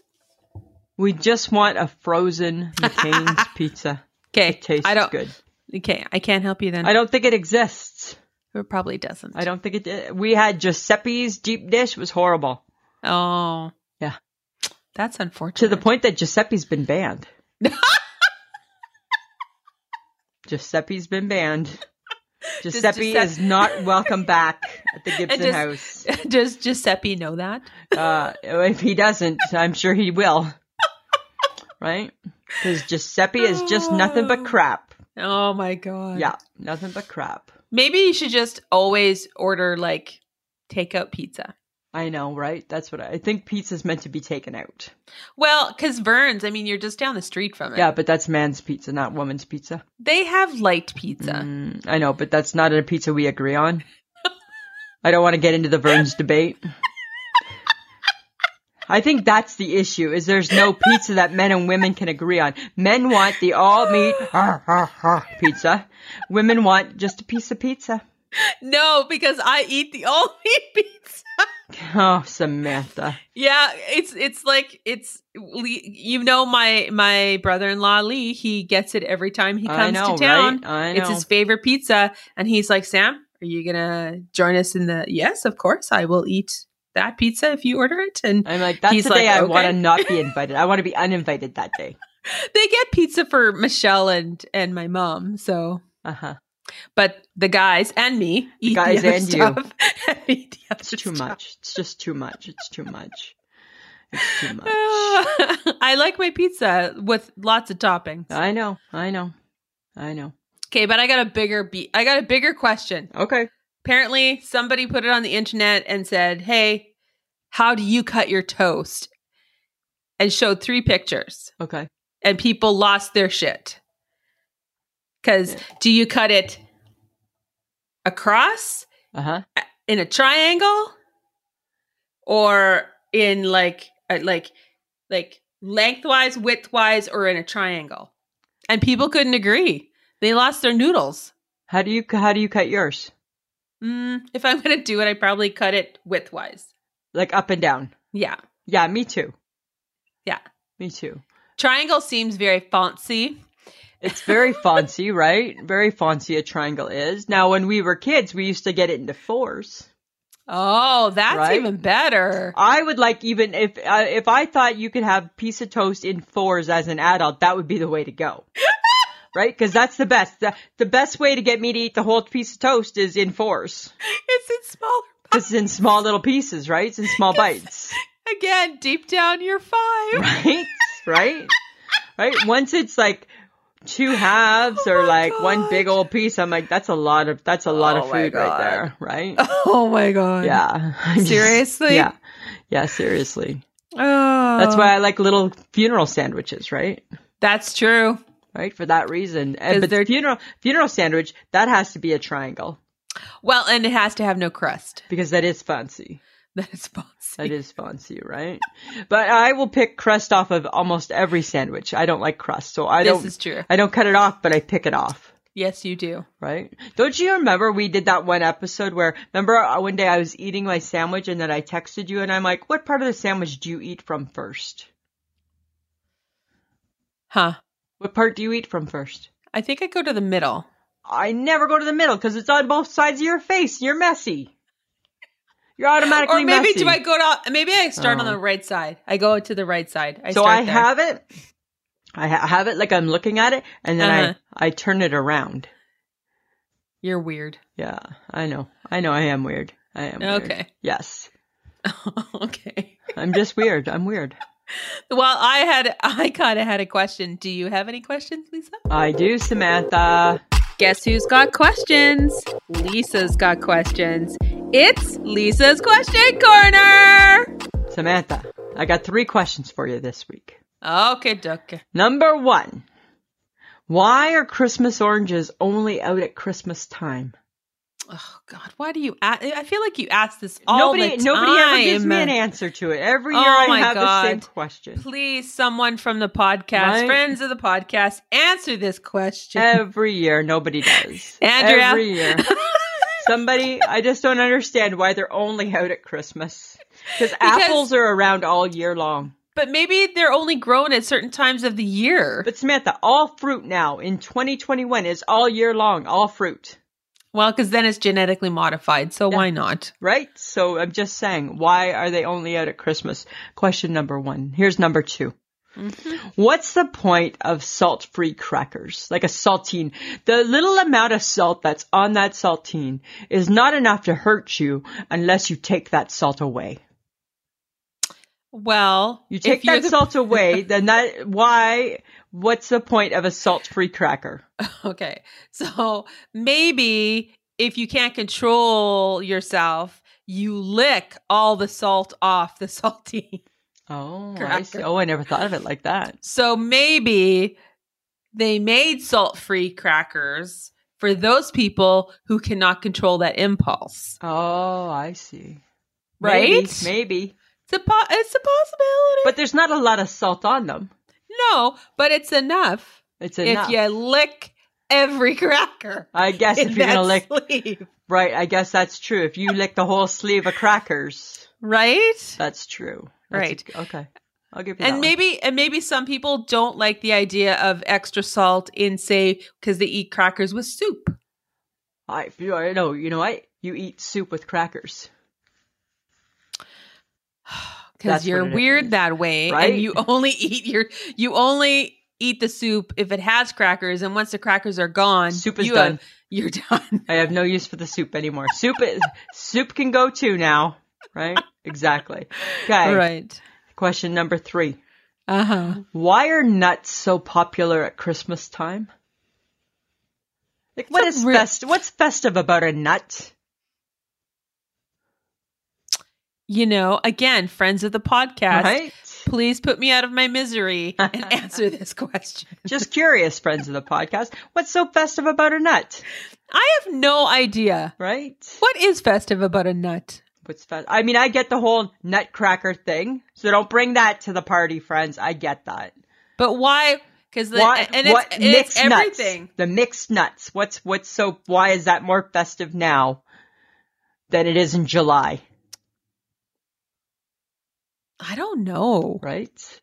Speaker 3: We just want a frozen McCain's pizza.
Speaker 2: Okay,
Speaker 3: It tastes
Speaker 2: I don't.
Speaker 3: good.
Speaker 2: Okay, I can't help you then.
Speaker 3: I don't think it exists.
Speaker 2: It probably doesn't.
Speaker 3: I don't think it did. We had Giuseppe's deep dish was horrible
Speaker 2: Oh,
Speaker 3: Yeah.
Speaker 2: That's unfortunate.
Speaker 3: to the point that Giuseppe's been banned. Giuseppe's been banned. Giuseppe
Speaker 2: Giuseppe-
Speaker 3: is not welcome back at the Gibson
Speaker 2: does-
Speaker 3: house.
Speaker 2: Does Giuseppe know that?
Speaker 3: Uh, if he doesn't, I'm sure he will. Right? Because Giuseppe is just nothing but crap.
Speaker 2: Oh my god.
Speaker 3: Yeah, nothing but crap.
Speaker 2: Maybe you should just always order like takeout pizza.
Speaker 3: I know, right? That's what I, I think. Pizza's meant to be taken out.
Speaker 2: Well, because Vern's, I mean, you're just down the street from it.
Speaker 3: Yeah, but that's man's pizza, not woman's pizza.
Speaker 2: They have light pizza.
Speaker 3: Mm, I know, but that's not a pizza we agree on. I don't want to get into the Vern's debate. I think that's the issue: is there's no pizza that men and women can agree on. Men want the all meat pizza. Women want just a piece of pizza.
Speaker 2: No, because I eat the all meat pizza.
Speaker 3: Oh, Samantha.
Speaker 2: Yeah, it's it's like it's Lee, you know my my brother-in-law Lee, he gets it every time he
Speaker 3: I
Speaker 2: comes
Speaker 3: know,
Speaker 2: to town.
Speaker 3: right? I know.
Speaker 2: It's his favorite pizza and he's like, "Sam, are you going to join us in the Yes, of course. I will eat that pizza if you order it." And
Speaker 3: I'm like, that's
Speaker 2: He's
Speaker 3: the day
Speaker 2: like,
Speaker 3: I want to
Speaker 2: okay.
Speaker 3: not be invited. I want to be uninvited that day.
Speaker 2: they get pizza for Michelle and and my mom. So,
Speaker 3: Uh huh.
Speaker 2: but the guys and me eat the
Speaker 3: guys
Speaker 2: other
Speaker 3: and you.
Speaker 2: stuff. and eat the
Speaker 3: It's
Speaker 2: other
Speaker 3: too
Speaker 2: stuff.
Speaker 3: much. It's just too much. It's too much. It's too much.
Speaker 2: I like my pizza with lots of toppings.
Speaker 3: I know. I know. I know.
Speaker 2: Okay, but I got a bigger be- I got a bigger question.
Speaker 3: Okay.
Speaker 2: Apparently, somebody put it on the internet and said, "Hey, how do you cut your toast?" and showed three pictures,
Speaker 3: Okay.
Speaker 2: and people lost their shit. Cuz
Speaker 3: Yeah.
Speaker 2: do you cut it across
Speaker 3: Uh huh.
Speaker 2: in a triangle or in like a, like like lengthwise, widthwise or in a triangle? And people couldn't agree. They lost their noodles.
Speaker 3: How do you how do you cut yours?
Speaker 2: Mm, if I'm going to do it, I probably cut it widthwise.
Speaker 3: Like up and down.
Speaker 2: Yeah.
Speaker 3: Yeah. Me too.
Speaker 2: Yeah.
Speaker 3: Me too.
Speaker 2: Triangle seems very fancy.
Speaker 3: It's very fancy, right? Very fancy a triangle is. Now, when we were kids, we used to get it into fours.
Speaker 2: Oh, that's
Speaker 3: Right? Ah.
Speaker 2: even better.
Speaker 3: I would like even if uh, if I thought you could have piece of toast in fours as an adult, that would be the way to go. right? Because that's the best. The, the best way to get me to eat the whole piece of toast is in fours.
Speaker 2: It's in smaller.
Speaker 3: It's in small little pieces, right? It's in small bites.
Speaker 2: Again, deep down, you're five.
Speaker 3: Right? Right? Right? Once it's like two halves or
Speaker 2: Oh my
Speaker 3: like one
Speaker 2: God.
Speaker 3: big old piece, I'm like, that's a lot of that's a lot
Speaker 2: Oh
Speaker 3: of
Speaker 2: my
Speaker 3: food right
Speaker 2: God.
Speaker 3: there, right?
Speaker 2: Oh my god.
Speaker 3: Yeah. I'm just-
Speaker 2: Seriously?
Speaker 3: yeah. Yeah, seriously.
Speaker 2: Oh,
Speaker 3: That's why I like little funeral sandwiches, right?
Speaker 2: That's true.
Speaker 3: Right? For that reason. And,
Speaker 2: 'Cause
Speaker 3: but
Speaker 2: they're-
Speaker 3: the funeral funeral sandwich, that has to be a triangle
Speaker 2: Well, and it has to have no crust.
Speaker 3: because that is fancy.
Speaker 2: That is fancy.
Speaker 3: That is fancy, right? but I will pick crust off of almost every sandwich. I don't like crust, so I
Speaker 2: this
Speaker 3: don't
Speaker 2: is true.
Speaker 3: I don't cut it off, but I pick it off.
Speaker 2: Yes, you do.
Speaker 3: Right? Don't you remember we did that one episode where, remember uh, one day I was eating my sandwich and then I texted you and I'm like, what part of the sandwich do you eat from first?
Speaker 2: Huh.
Speaker 3: What part do you eat from first?
Speaker 2: I think I go to the middle.
Speaker 3: I never go to the middle because it's on both sides of your face. You're messy. You're automatically
Speaker 2: Or maybe
Speaker 3: messy.
Speaker 2: do I go to maybe I start on
Speaker 3: Oh.
Speaker 2: the right side. I go to the right side. I
Speaker 3: so
Speaker 2: start
Speaker 3: I
Speaker 2: there.
Speaker 3: have it. I ha- have it like I'm looking at it, and then
Speaker 2: Uh-huh.
Speaker 3: I I turn it around.
Speaker 2: You're weird.
Speaker 3: Yeah, I know. I know. I am weird. I am. weird.
Speaker 2: Okay.
Speaker 3: Yes,
Speaker 2: okay.
Speaker 3: I'm just weird. I'm weird.
Speaker 2: Well, I had I kind of had a question. Do you have any questions, Lisa?
Speaker 3: I do, Samantha.
Speaker 2: Guess who's got questions? Lisa's got questions. It's Lisa's question corner.
Speaker 3: Samantha, I got three questions for you this week.
Speaker 2: Okay, duck.
Speaker 3: Number one, why are Christmas oranges only out at Christmas time?
Speaker 2: Oh God, why do you? a- I feel like you ask this all
Speaker 3: nobody,
Speaker 2: the time.
Speaker 3: nobody ever gives me an answer to it. Every
Speaker 2: Oh
Speaker 3: year I
Speaker 2: my
Speaker 3: have the same
Speaker 2: God.
Speaker 3: question.
Speaker 2: Please, someone from the podcast,
Speaker 3: Right? Um,
Speaker 2: friends of the podcast, answer this question.
Speaker 3: Every year, nobody does.
Speaker 2: Andrea.
Speaker 3: Every year. Somebody, I just don't understand why they're only out at Christmas. Because apples are around all year long.
Speaker 2: but maybe they're only grown at certain times of the year.
Speaker 3: But Samantha, all fruit now in 2021 is all year long, all fruit,
Speaker 2: well, because then it's genetically modified, so
Speaker 3: Yeah.
Speaker 2: why not?
Speaker 3: right? So I'm just saying, why are they only out at Christmas? Question number one. Here's number 2 What's the point of salt free crackers? Like a saltine. The little amount of salt that's on that saltine is not enough to hurt you unless you take that salt away.
Speaker 2: Well,
Speaker 3: You
Speaker 2: if
Speaker 3: take
Speaker 2: you're
Speaker 3: that
Speaker 2: the-
Speaker 3: salt away, then that, why, what's the point of a salt free cracker?
Speaker 2: Okay. So maybe if you can't control yourself, you lick all the salt off the saltine.
Speaker 3: Oh, I
Speaker 2: Cracker.
Speaker 3: see. Oh, I never thought of it like that.
Speaker 2: So maybe they made salt free crackers for those people who cannot control that impulse.
Speaker 3: Oh, I see.
Speaker 2: Right?
Speaker 3: Maybe, maybe.
Speaker 2: It's a, po- it's a possibility.
Speaker 3: But there's not a lot of salt on them.
Speaker 2: no, but it's enough,
Speaker 3: It's enough.
Speaker 2: if you lick every cracker.
Speaker 3: I guess
Speaker 2: in
Speaker 3: if you're gonna
Speaker 2: that
Speaker 3: lick,
Speaker 2: sleeve.
Speaker 3: right? I guess that's true. If you lick the whole sleeve of crackers,
Speaker 2: right?
Speaker 3: That's true. That's
Speaker 2: Right.
Speaker 3: a- okay. I'll give you that
Speaker 2: and
Speaker 3: one.
Speaker 2: maybe and maybe some people don't like the idea of extra salt in say because they eat crackers with soup
Speaker 3: I, you- I know. You know what? You eat soup with crackers.
Speaker 2: because
Speaker 3: That's
Speaker 2: you're
Speaker 3: what it
Speaker 2: weird
Speaker 3: is.
Speaker 2: that way
Speaker 3: Right?
Speaker 2: and you only eat your you only eat the soup if it has crackers and once the crackers are gone
Speaker 3: Soup is
Speaker 2: you have-
Speaker 3: done.
Speaker 2: you're done
Speaker 3: I have no use for the soup anymore. soup is soup can go too now. Right? Exactly. Okay.
Speaker 2: right
Speaker 3: Question number three.
Speaker 2: uh-huh
Speaker 3: Why are nuts so popular at Christmas time? Like, what
Speaker 2: It's a
Speaker 3: is
Speaker 2: real-
Speaker 3: fest- what's festive about a nut?
Speaker 2: you know again friends of the podcast
Speaker 3: Right?
Speaker 2: please put me out of my misery and answer this question
Speaker 3: Just curious, friends of the podcast. What's so festive about a nut?
Speaker 2: i have no idea
Speaker 3: Right?
Speaker 2: what is festive about a nut
Speaker 3: What's festive? I mean, I get the whole nutcracker thing, so don't bring that to the party, friends. I get that.
Speaker 2: But why? Because the
Speaker 3: What,
Speaker 2: and it's,
Speaker 3: what
Speaker 2: and it's
Speaker 3: mixed
Speaker 2: everything.
Speaker 3: nuts? The mixed nuts. What's what's so? Why is that more festive now than it is in July?
Speaker 2: I don't know.
Speaker 3: Right?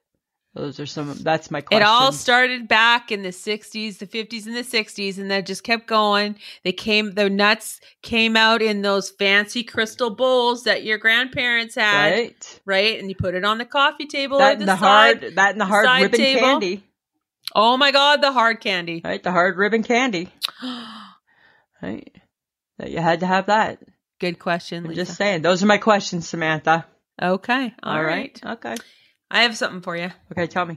Speaker 3: Those are some. That's my
Speaker 2: It
Speaker 3: question.
Speaker 2: all started back in the 60s, the 50s and the 60s and that just kept going. They came the nuts came out in those fancy crystal bowls that your grandparents had, right?
Speaker 3: right.
Speaker 2: And you put it on the coffee table
Speaker 3: That
Speaker 2: or
Speaker 3: and
Speaker 2: the,
Speaker 3: the
Speaker 2: side.
Speaker 3: hard. That and the
Speaker 2: the
Speaker 3: hard
Speaker 2: side
Speaker 3: ribbon
Speaker 2: table.
Speaker 3: candy.
Speaker 2: Oh my god, the hard candy.
Speaker 3: Right. The hard ribbon candy. Right. That you had to have that.
Speaker 2: Good question,
Speaker 3: I'm
Speaker 2: Lisa.
Speaker 3: just saying. Those are my questions, Samantha.
Speaker 2: okay. all right.
Speaker 3: Okay.
Speaker 2: I have something for you.
Speaker 3: Okay. Tell me.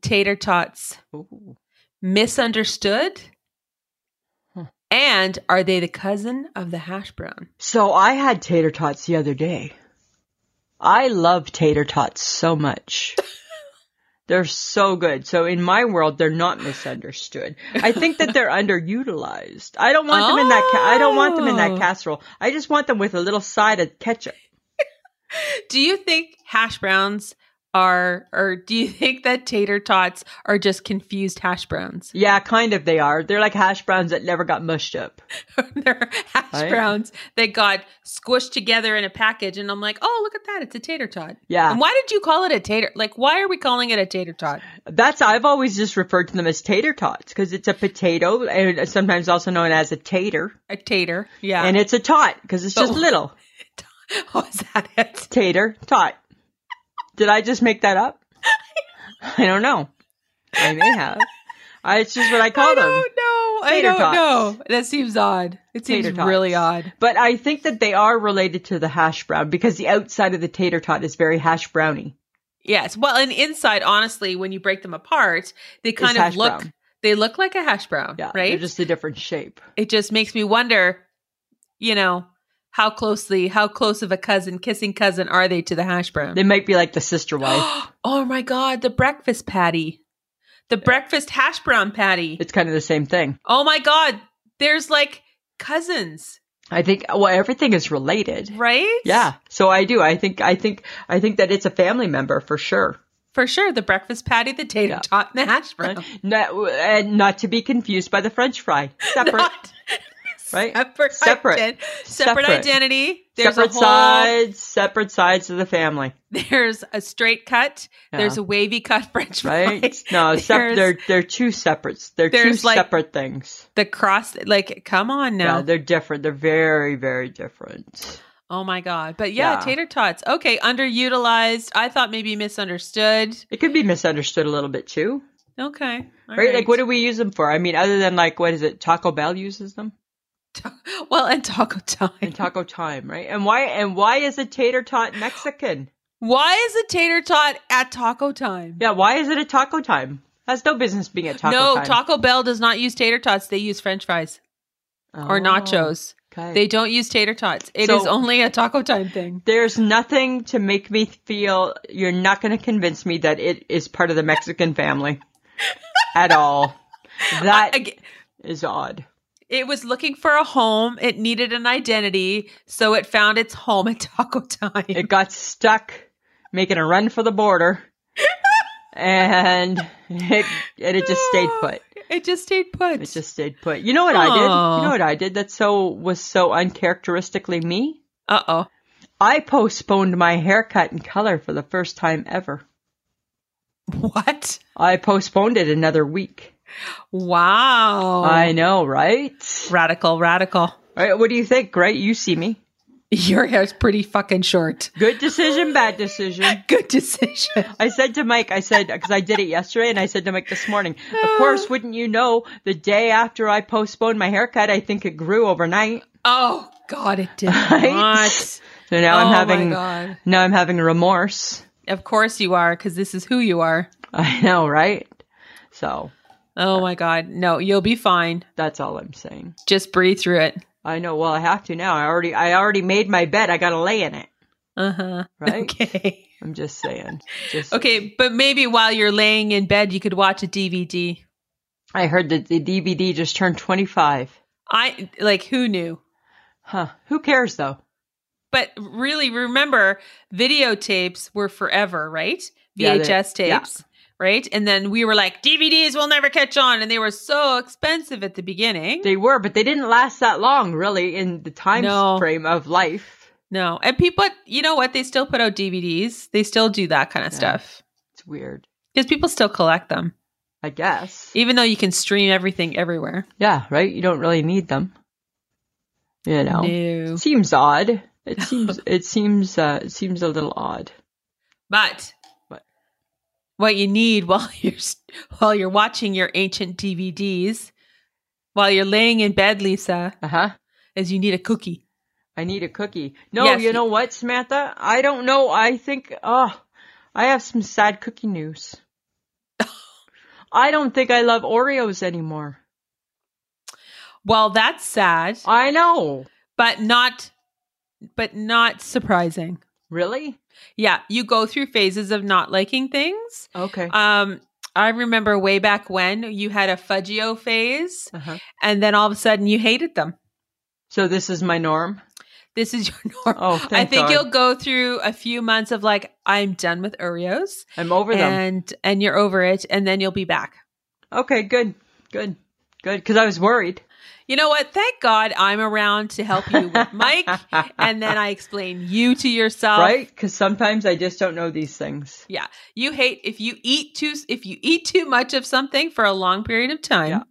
Speaker 2: Tater tots.
Speaker 3: Ooh.
Speaker 2: misunderstood?
Speaker 3: Huh.
Speaker 2: And are they the cousin of the hash brown?
Speaker 3: So I had tater tots the other day. I love tater tots so much. They're so good. So in my world, they're not misunderstood. I think that they're underutilized. I don't want them in that. Ca- I don't want them in
Speaker 2: Oh.
Speaker 3: that casserole. I just want them with a little side of ketchup.
Speaker 2: Do you think hash browns are, or do you think that tater tots are just confused hash browns?
Speaker 3: Yeah, kind of. They are. They're like hash browns that never got mushed up.
Speaker 2: They're hash
Speaker 3: Right.
Speaker 2: browns that got squished together in a package, and I'm like, oh, look at that, it's a tater tot.
Speaker 3: Yeah,
Speaker 2: And why did you call it a tater? Like, why are we calling it a tater tot?
Speaker 3: that's. I've always just referred to them as tater tots because it's a potato, and sometimes also known as a tater,
Speaker 2: A tater, yeah.
Speaker 3: and it's a tot because it's
Speaker 2: But-
Speaker 3: just little.
Speaker 2: oh, is that it?
Speaker 3: tater tot. Did I just make that up? I don't know. I may have. I, it's just what I call
Speaker 2: I
Speaker 3: them.
Speaker 2: don't know. I
Speaker 3: Tater
Speaker 2: don't
Speaker 3: tots.
Speaker 2: know. That seems odd. It seems
Speaker 3: Tater tots.
Speaker 2: really odd.
Speaker 3: But I think that they are related to the hash brown because the outside of the tater tot is very hash browny.
Speaker 2: Yes. Well, and inside, honestly, when you break them apart, they kind of
Speaker 3: hash
Speaker 2: look
Speaker 3: brown.
Speaker 2: they look like a hash brown,
Speaker 3: Yeah,
Speaker 2: right?
Speaker 3: They're just a different shape.
Speaker 2: it just makes me wonder, you know, how closely, how close of a cousin, kissing cousin, are they to the hash brown?
Speaker 3: They might be like the sister wife.
Speaker 2: oh my god, the breakfast patty, the breakfast hash brown patty.
Speaker 3: It's kind of the same thing.
Speaker 2: oh my god, there's like cousins,
Speaker 3: I think. Well, everything is related.
Speaker 2: right?
Speaker 3: Yeah. So I do. I think. I think. I think that it's a family member for sure.
Speaker 2: for sure. The breakfast patty, the tater
Speaker 3: Yeah.
Speaker 2: tot, and the hash brown.
Speaker 3: Not, and not to be confused by the French fry. Separate.
Speaker 2: Not-
Speaker 3: Right?
Speaker 2: Separate,
Speaker 3: Separate.
Speaker 2: ident- separate,
Speaker 3: Separate.
Speaker 2: identity. There's
Speaker 3: separate
Speaker 2: a whole.
Speaker 3: sides, separate sides of the family,
Speaker 2: There's a straight cut. There's
Speaker 3: Yeah.
Speaker 2: a wavy cut French fry.
Speaker 3: right? No, sep-
Speaker 2: There's
Speaker 3: they're they're two separate. They're two
Speaker 2: there's, like-
Speaker 3: separate things.
Speaker 2: the cross. Like, come on now.
Speaker 3: Yeah, they're different. They're very very different.
Speaker 2: oh my god. But yeah,
Speaker 3: Yeah.
Speaker 2: tater tots. Okay, underutilized. I thought maybe misunderstood.
Speaker 3: It could be misunderstood a little bit too,
Speaker 2: Okay. all
Speaker 3: right? Like, what do we use them for? I mean, other than like, what is it? Taco Bell uses them
Speaker 2: Well, and taco time.
Speaker 3: and Taco Time, right? And why and why is a tater tot Mexican?
Speaker 2: Why is a tater tot at taco time?
Speaker 3: Yeah, why is it a Taco Time? Has no business being at Taco
Speaker 2: no,
Speaker 3: Time.
Speaker 2: Taco Bell does not use tater tots. They use French fries or
Speaker 3: Oh,
Speaker 2: nachos.
Speaker 3: okay.
Speaker 2: They don't use tater tots. It is
Speaker 3: So-
Speaker 2: only a taco time thing.
Speaker 3: There's nothing to make me feel you're not going to convince me that it is part of the Mexican family at all. That is
Speaker 2: I- I-
Speaker 3: odd.
Speaker 2: it was looking for a home. It needed an identity, so it found its home at Taco Time.
Speaker 3: It got stuck making a run for the border and it and it just stayed put.
Speaker 2: It just stayed put.
Speaker 3: It just stayed put. You know what I did?
Speaker 2: Aw.
Speaker 3: You know what I did that so was so uncharacteristically me?
Speaker 2: uh oh.
Speaker 3: I postponed my haircut and color for the first time ever.
Speaker 2: What?
Speaker 3: I postponed it another week.
Speaker 2: Wow.
Speaker 3: I know, right?
Speaker 2: Radical, radical.
Speaker 3: All right? What do you think, right? You see me.
Speaker 2: Your hair's pretty fucking short.
Speaker 3: Good decision, bad decision.
Speaker 2: Good decision.
Speaker 3: I said to Mike, I said, because I did it yesterday, and I said to Mike this morning,
Speaker 2: Oh.
Speaker 3: of course, wouldn't you know, the day after I postponed my haircut, I think it grew overnight.
Speaker 2: Oh God, it did
Speaker 3: Right?
Speaker 2: not.
Speaker 3: So now I'm
Speaker 2: Oh, my
Speaker 3: having,
Speaker 2: God.
Speaker 3: now I'm having remorse.
Speaker 2: Of course you are, because this is who you are.
Speaker 3: I know, right? So
Speaker 2: Oh my God, no, you'll be fine.
Speaker 3: that's all I'm saying.
Speaker 2: Just breathe through it.
Speaker 3: I know. Well, I have to now. I already, I already made my bed. I gotta lay in it,
Speaker 2: Uh huh.
Speaker 3: right?
Speaker 2: Okay.
Speaker 3: I'm just saying. Just
Speaker 2: Okay, but maybe while you're laying in bed, you could watch a DVD.
Speaker 3: I heard that the DVD just turned 25.
Speaker 2: I like who knew.
Speaker 3: Huh? Who cares though?
Speaker 2: But really, remember, videotapes were forever, right?
Speaker 3: Yeah, they-
Speaker 2: VHS
Speaker 3: yeah.
Speaker 2: tapes, right? And then we were like, DVDs will never catch on, and they were so expensive at the beginning.
Speaker 3: They were, but they didn't last that long, really, in the time
Speaker 2: No.
Speaker 3: frame of life.
Speaker 2: no, and people, you know what? They still put out DVDs. They still do that kind of
Speaker 3: Yeah.
Speaker 2: stuff
Speaker 3: It's weird,
Speaker 2: because people still collect them,
Speaker 3: I guess.
Speaker 2: even though you can stream everything everywhere.
Speaker 3: Yeah, right. You don't really need them. You know,
Speaker 2: No.
Speaker 3: seems odd. It seems it seems uh, it seems a little odd.
Speaker 2: But
Speaker 3: What?
Speaker 2: what you need while you're s- while you're watching your ancient DVDs, while you're laying in bed, Lisa,
Speaker 3: Uh huh.
Speaker 2: is you need a cookie.
Speaker 3: I need a cookie. No,
Speaker 2: Yes,
Speaker 3: you
Speaker 2: y-
Speaker 3: know what, Samantha? I don't know. I think, oh, I have some sad cookie news. I don't think I love Oreos anymore.
Speaker 2: Well, that's sad,
Speaker 3: I know.
Speaker 2: but not but not surprising.
Speaker 3: Really?
Speaker 2: Yeah, you go through phases of not liking things.
Speaker 3: Okay.
Speaker 2: Um I remember way back when you had a fudgio phase
Speaker 3: Uh-huh.
Speaker 2: and then all of a sudden you hated them.
Speaker 3: So this is my norm.
Speaker 2: This is your norm.
Speaker 3: Oh,
Speaker 2: I
Speaker 3: thank
Speaker 2: think
Speaker 3: God.
Speaker 2: you'll go through a few months of like I'm done with Oreos.
Speaker 3: I'm over them.
Speaker 2: and and you're over it and then you'll be back
Speaker 3: Okay, good, good, good. Because I was worried.
Speaker 2: you know what thank god i'm around to help you with mike and then i explain you to yourself
Speaker 3: right? Because sometimes I just don't know these things.
Speaker 2: yeah you hate if you eat too if you eat too much of something for a long period of time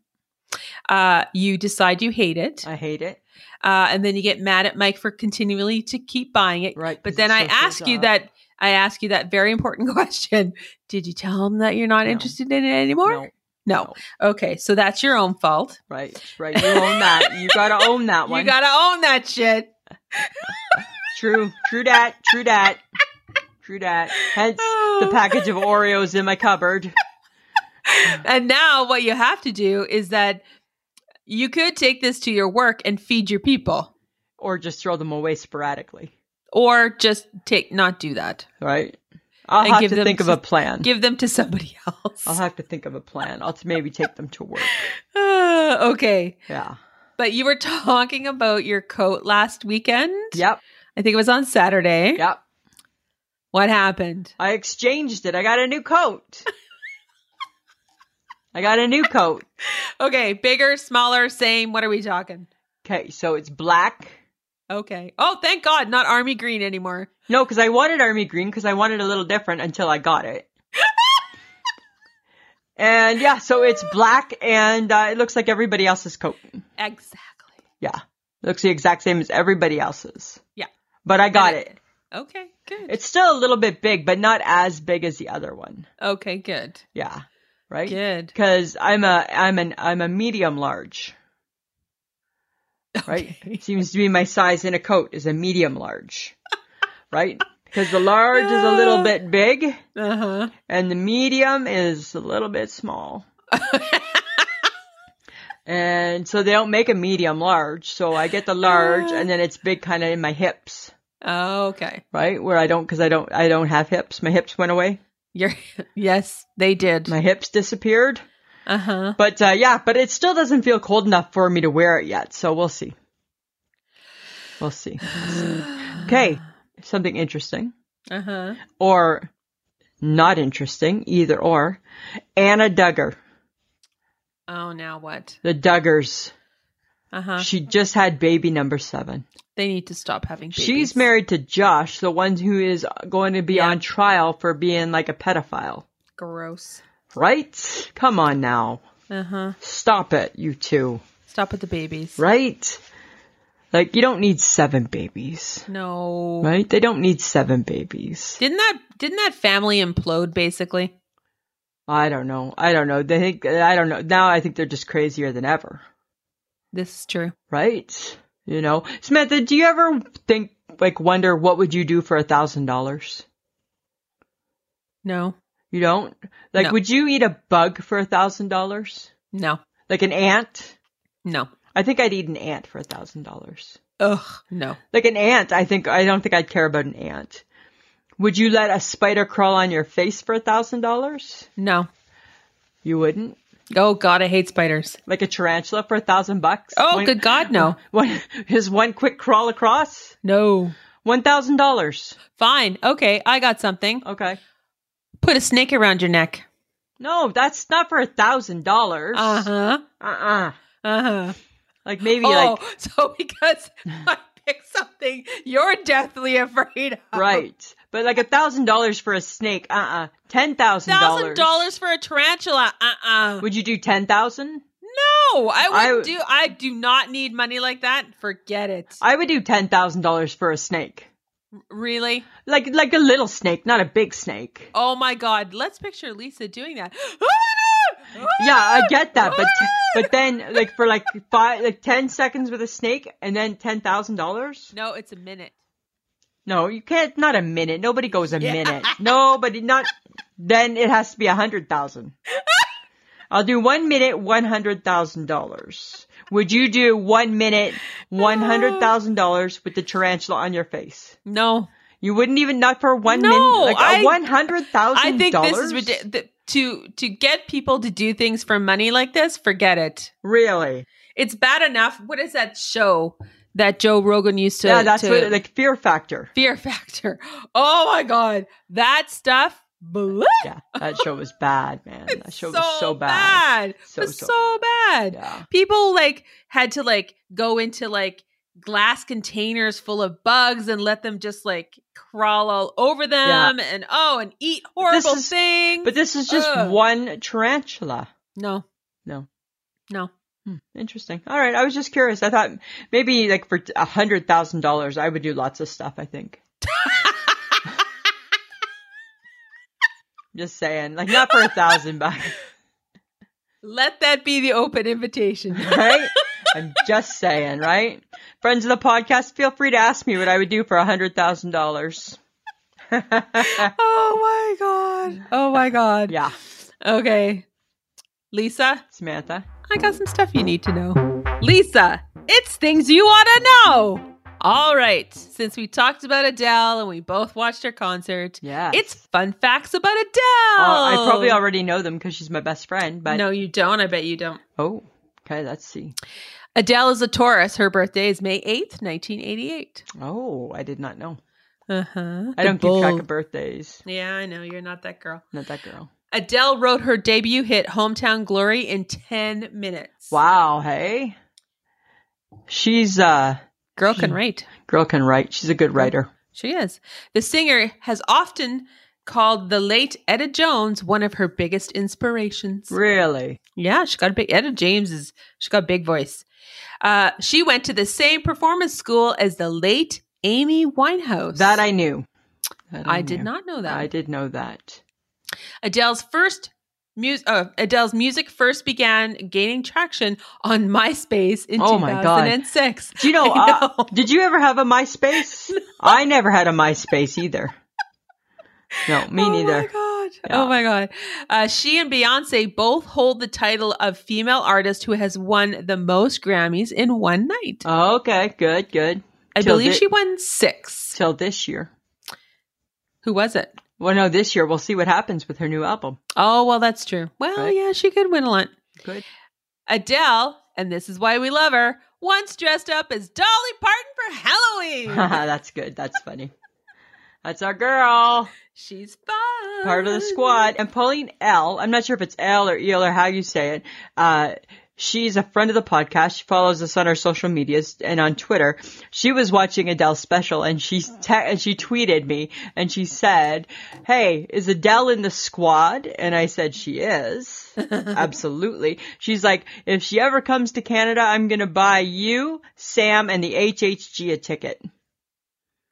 Speaker 2: uh you decide you hate it
Speaker 3: I hate it.
Speaker 2: uh and then you get mad at mike for continually to keep buying it
Speaker 3: Right. 'cause
Speaker 2: but then
Speaker 3: it
Speaker 2: i
Speaker 3: still shows
Speaker 2: ask you
Speaker 3: up.
Speaker 2: that i ask you that very important question did you tell him that you're not
Speaker 3: No.
Speaker 2: interested in it anymore
Speaker 3: No,
Speaker 2: no okay so that's your own fault
Speaker 3: right, right. You own that. You gotta own that one.
Speaker 2: You gotta own that shit.
Speaker 3: True, true dat, true dat, true dat. Hence
Speaker 2: Oh.
Speaker 3: the package of Oreos in my cupboard.
Speaker 2: And now what you have to do is that you could take this to your work and feed your people.
Speaker 3: Or just throw them away sporadically,
Speaker 2: Or just take not do that.
Speaker 3: right? I'll
Speaker 2: And
Speaker 3: have
Speaker 2: give
Speaker 3: to
Speaker 2: them
Speaker 3: think of
Speaker 2: to-
Speaker 3: a plan.
Speaker 2: Give them to somebody else.
Speaker 3: I'll have to think of a plan. I'll maybe take them to work.
Speaker 2: Ah, okay.
Speaker 3: Yeah.
Speaker 2: But you were talking about your coat last weekend.
Speaker 3: Yep.
Speaker 2: I think it was on Saturday.
Speaker 3: Yep.
Speaker 2: What happened?
Speaker 3: I exchanged it. I got a new coat. I got a new coat.
Speaker 2: Okay, bigger, smaller, same. What are we talking?
Speaker 3: Okay, so it's black.
Speaker 2: Okay. Oh, thank God, not army green anymore.
Speaker 3: No, because I wanted army green because I wanted a little different until I got it. and yeah, so it's black and uh, it looks like everybody else's coat.
Speaker 2: Exactly.
Speaker 3: Yeah, looks the exact same as everybody else's.
Speaker 2: Yeah.
Speaker 3: but I got
Speaker 2: And
Speaker 3: it.
Speaker 2: Okay, good.
Speaker 3: It's still a little bit big, but not as big as the other one.
Speaker 2: okay, good.
Speaker 3: Yeah, right.
Speaker 2: Good.
Speaker 3: Because I'm a I'm an I'm a medium large. Right,
Speaker 2: Okay.
Speaker 3: seems to be my size in a coat is a medium large. right, because the large is a little bit big.
Speaker 2: Uh
Speaker 3: and the medium is a little bit small.
Speaker 2: huh.
Speaker 3: And so they don't make a medium large, so I get the large, and then it's big kind of in my hips,
Speaker 2: okay.
Speaker 3: right? Where I don't, because I don't, I don't have hips. My hips went away.
Speaker 2: You're yes, they did.
Speaker 3: My hips disappeared.
Speaker 2: Uh huh.
Speaker 3: But uh, yeah, but it still doesn't feel cold enough for me to wear it yet. So we'll see. We'll see. We'll see. Okay, something interesting
Speaker 2: Uh huh.
Speaker 3: or not interesting, either or. Anna Duggar,
Speaker 2: Oh, now what?
Speaker 3: the Duggars.
Speaker 2: Uh-huh.
Speaker 3: She just had baby number seven.
Speaker 2: They need to stop having babies.
Speaker 3: She's married to Josh, the one who is going to be
Speaker 2: Yeah.
Speaker 3: on trial for being like a pedophile.
Speaker 2: Gross.
Speaker 3: Right? Come on now.
Speaker 2: Uh-huh.
Speaker 3: Stop it, you two.
Speaker 2: Stop with the babies.
Speaker 3: Right? Like, you don't need seven babies.
Speaker 2: No.
Speaker 3: Right? They don't need seven babies.
Speaker 2: Didn't that didn't that family implode basically?
Speaker 3: I don't know. I don't know. They think, I don't know. Now I think they're just crazier than ever.
Speaker 2: This is true.
Speaker 3: Right? You know? Samantha, do you ever think, like, wonder what would you do for a thousand dollars?
Speaker 2: No.
Speaker 3: You don't? Like,
Speaker 2: No.
Speaker 3: would you eat a bug for a thousand dollars?
Speaker 2: No.
Speaker 3: Like an ant?
Speaker 2: No.
Speaker 3: I think I'd eat an ant for a thousand dollars.
Speaker 2: Ugh. No.
Speaker 3: Like an ant, I think I don't think I'd care about an ant. Would you let a spider crawl on your face for a thousand dollars?
Speaker 2: No.
Speaker 3: You wouldn't.
Speaker 2: Oh god, I hate spiders.
Speaker 3: Like a tarantula for a thousand bucks?
Speaker 2: Oh
Speaker 3: One-
Speaker 2: good god, no.
Speaker 3: One, his one quick crawl across?
Speaker 2: No.
Speaker 3: One thousand dollars.
Speaker 2: Fine. Okay, I got something.
Speaker 3: Okay.
Speaker 2: Put a snake around your neck.
Speaker 3: No, that's not for a thousand dollars.
Speaker 2: Uh-huh.
Speaker 3: Uh-uh.
Speaker 2: Uh-huh.
Speaker 3: Like maybe
Speaker 2: Oh,
Speaker 3: like
Speaker 2: so because I picked something you're deathly afraid of.
Speaker 3: right. But like a thousand dollars for a snake. Uh-uh. Ten thousand
Speaker 2: Thousand
Speaker 3: dollars.
Speaker 2: dollars for a tarantula. Uh uh
Speaker 3: Would you do ten thousand?
Speaker 2: No, I would
Speaker 3: I-
Speaker 2: do. I do not need money like that. Forget it.
Speaker 3: I would do ten thousand dollars for a snake.
Speaker 2: really?
Speaker 3: Like like a little snake, not a big snake.
Speaker 2: Oh my god. Let's picture Lisa doing that. Oh my god! Oh my
Speaker 3: Yeah, I
Speaker 2: God!
Speaker 3: get that, but
Speaker 2: Oh my
Speaker 3: but then like for like five like ten seconds with a snake and then ten thousand dollars?
Speaker 2: God! no, it's a minute.
Speaker 3: No, you can't not a minute. Nobody goes a
Speaker 2: Yeah.
Speaker 3: minute. Nobody not then it has to be a hundred thousand. I'll do one minute one hundred thousand dollars. Would you do one minute one hundred thousand dollars with the tarantula on your face?
Speaker 2: No,
Speaker 3: You wouldn't even not for one
Speaker 2: No,
Speaker 3: minute like
Speaker 2: I-
Speaker 3: a one hundred thousand
Speaker 2: I
Speaker 3: dollars.
Speaker 2: think this is ridiculous. To to get people to do things for money like this, forget it.
Speaker 3: Really?
Speaker 2: It's bad enough. What is that show that Joe Rogan used to?
Speaker 3: yeah, that's
Speaker 2: to-
Speaker 3: what like fear factor.
Speaker 2: Fear Factor. Oh my god, that stuff. Blew.
Speaker 3: Yeah, that show was bad, man. That show was so
Speaker 2: bad.
Speaker 3: bad. So,
Speaker 2: it was
Speaker 3: so
Speaker 2: so, bad.
Speaker 3: Yeah.
Speaker 2: People like had to like go into like glass containers full of bugs and let them just like crawl all over them and oh and eat horrible
Speaker 3: is-
Speaker 2: things.
Speaker 3: But this is just
Speaker 2: Ugh.
Speaker 3: one tarantula.
Speaker 2: no,
Speaker 3: No.
Speaker 2: no.
Speaker 3: Hmm, Interesting. All right. I was just curious. I thought maybe like for a hundred thousand dollars, I would do lots of stuff. I think. Just saying, like not for a thousand bucks,
Speaker 2: Let that be the open invitation.
Speaker 3: right? I'm just saying, right? Friends of the podcast, feel free to ask me what I would do for a hundred thousand dollars.
Speaker 2: oh my god. Oh my god.
Speaker 3: Yeah,
Speaker 2: Okay. Lisa,
Speaker 3: Samantha.
Speaker 2: I got some stuff you need to know. Lisa, it's things you want to know. All right. Since we talked about Adele and we both watched her concert,
Speaker 3: Yeah,
Speaker 2: it's fun facts about Adele.
Speaker 3: Uh, I probably already know them because she's my best friend. But
Speaker 2: No, you don't. I bet you don't.
Speaker 3: oh, okay. Let's see.
Speaker 2: Adele is a Taurus. Her birthday is May 8th, 1988.
Speaker 3: Oh, I did not know.
Speaker 2: Uh huh.
Speaker 3: I don't keep track of birthdays.
Speaker 2: Yeah, I know. You're not that girl.
Speaker 3: Not that girl.
Speaker 2: Adele wrote her debut hit Hometown Glory in 10 minutes.
Speaker 3: Wow. Hey, she's uh
Speaker 2: Girl can write.
Speaker 3: girl can write. She's a good writer.
Speaker 2: She is. The singer has often called the late Etta Jones one of her biggest inspirations.
Speaker 3: Really.
Speaker 2: Yeah, she got a big Etta James is she got a big voice. Uh, she went to the same performance school as the late Amy Winehouse.
Speaker 3: That I knew. That
Speaker 2: I did
Speaker 3: knew.
Speaker 2: not know that.
Speaker 3: I did know that.
Speaker 2: Adele's first music uh, Adele's music first began gaining traction on MySpace in
Speaker 3: Oh my God.
Speaker 2: 2006.
Speaker 3: Do you know?
Speaker 2: I
Speaker 3: uh,
Speaker 2: know.
Speaker 3: did you ever have a MySpace? I never had a MySpace either. No, me
Speaker 2: oh
Speaker 3: neither.
Speaker 2: my god.
Speaker 3: Yeah.
Speaker 2: Oh my god. Uh, she and Beyonce both hold the title of female artist who has won the most Grammys in one night.
Speaker 3: Uh, Oh, Okay, good, good.
Speaker 2: I
Speaker 3: till
Speaker 2: believe
Speaker 3: thi-
Speaker 2: she won six.
Speaker 3: Till this year.
Speaker 2: Who was it?
Speaker 3: Well, no, this year we'll see what happens with her new album.
Speaker 2: Oh well, that's true. Well,
Speaker 3: Right.
Speaker 2: yeah, she could win a lot.
Speaker 3: Good.
Speaker 2: Adele, and this is why we love her. Once dressed up as Dolly Parton for Halloween.
Speaker 3: That's good. That's funny. That's our girl,
Speaker 2: She's fun.
Speaker 3: E part of the squad. And Pauline L. I'm not sure if it's L or El or how you say it. Uh, She's a friend of the podcast. She follows us on our social medias and on Twitter. She was watching Adele's special and she te- and she tweeted me and she said, "Hey, is Adele in the squad?" And I said, "She is." Absolutely. She's like, "If she ever comes to Canada, I'm going to buy you, Sam, and the HHG a ticket."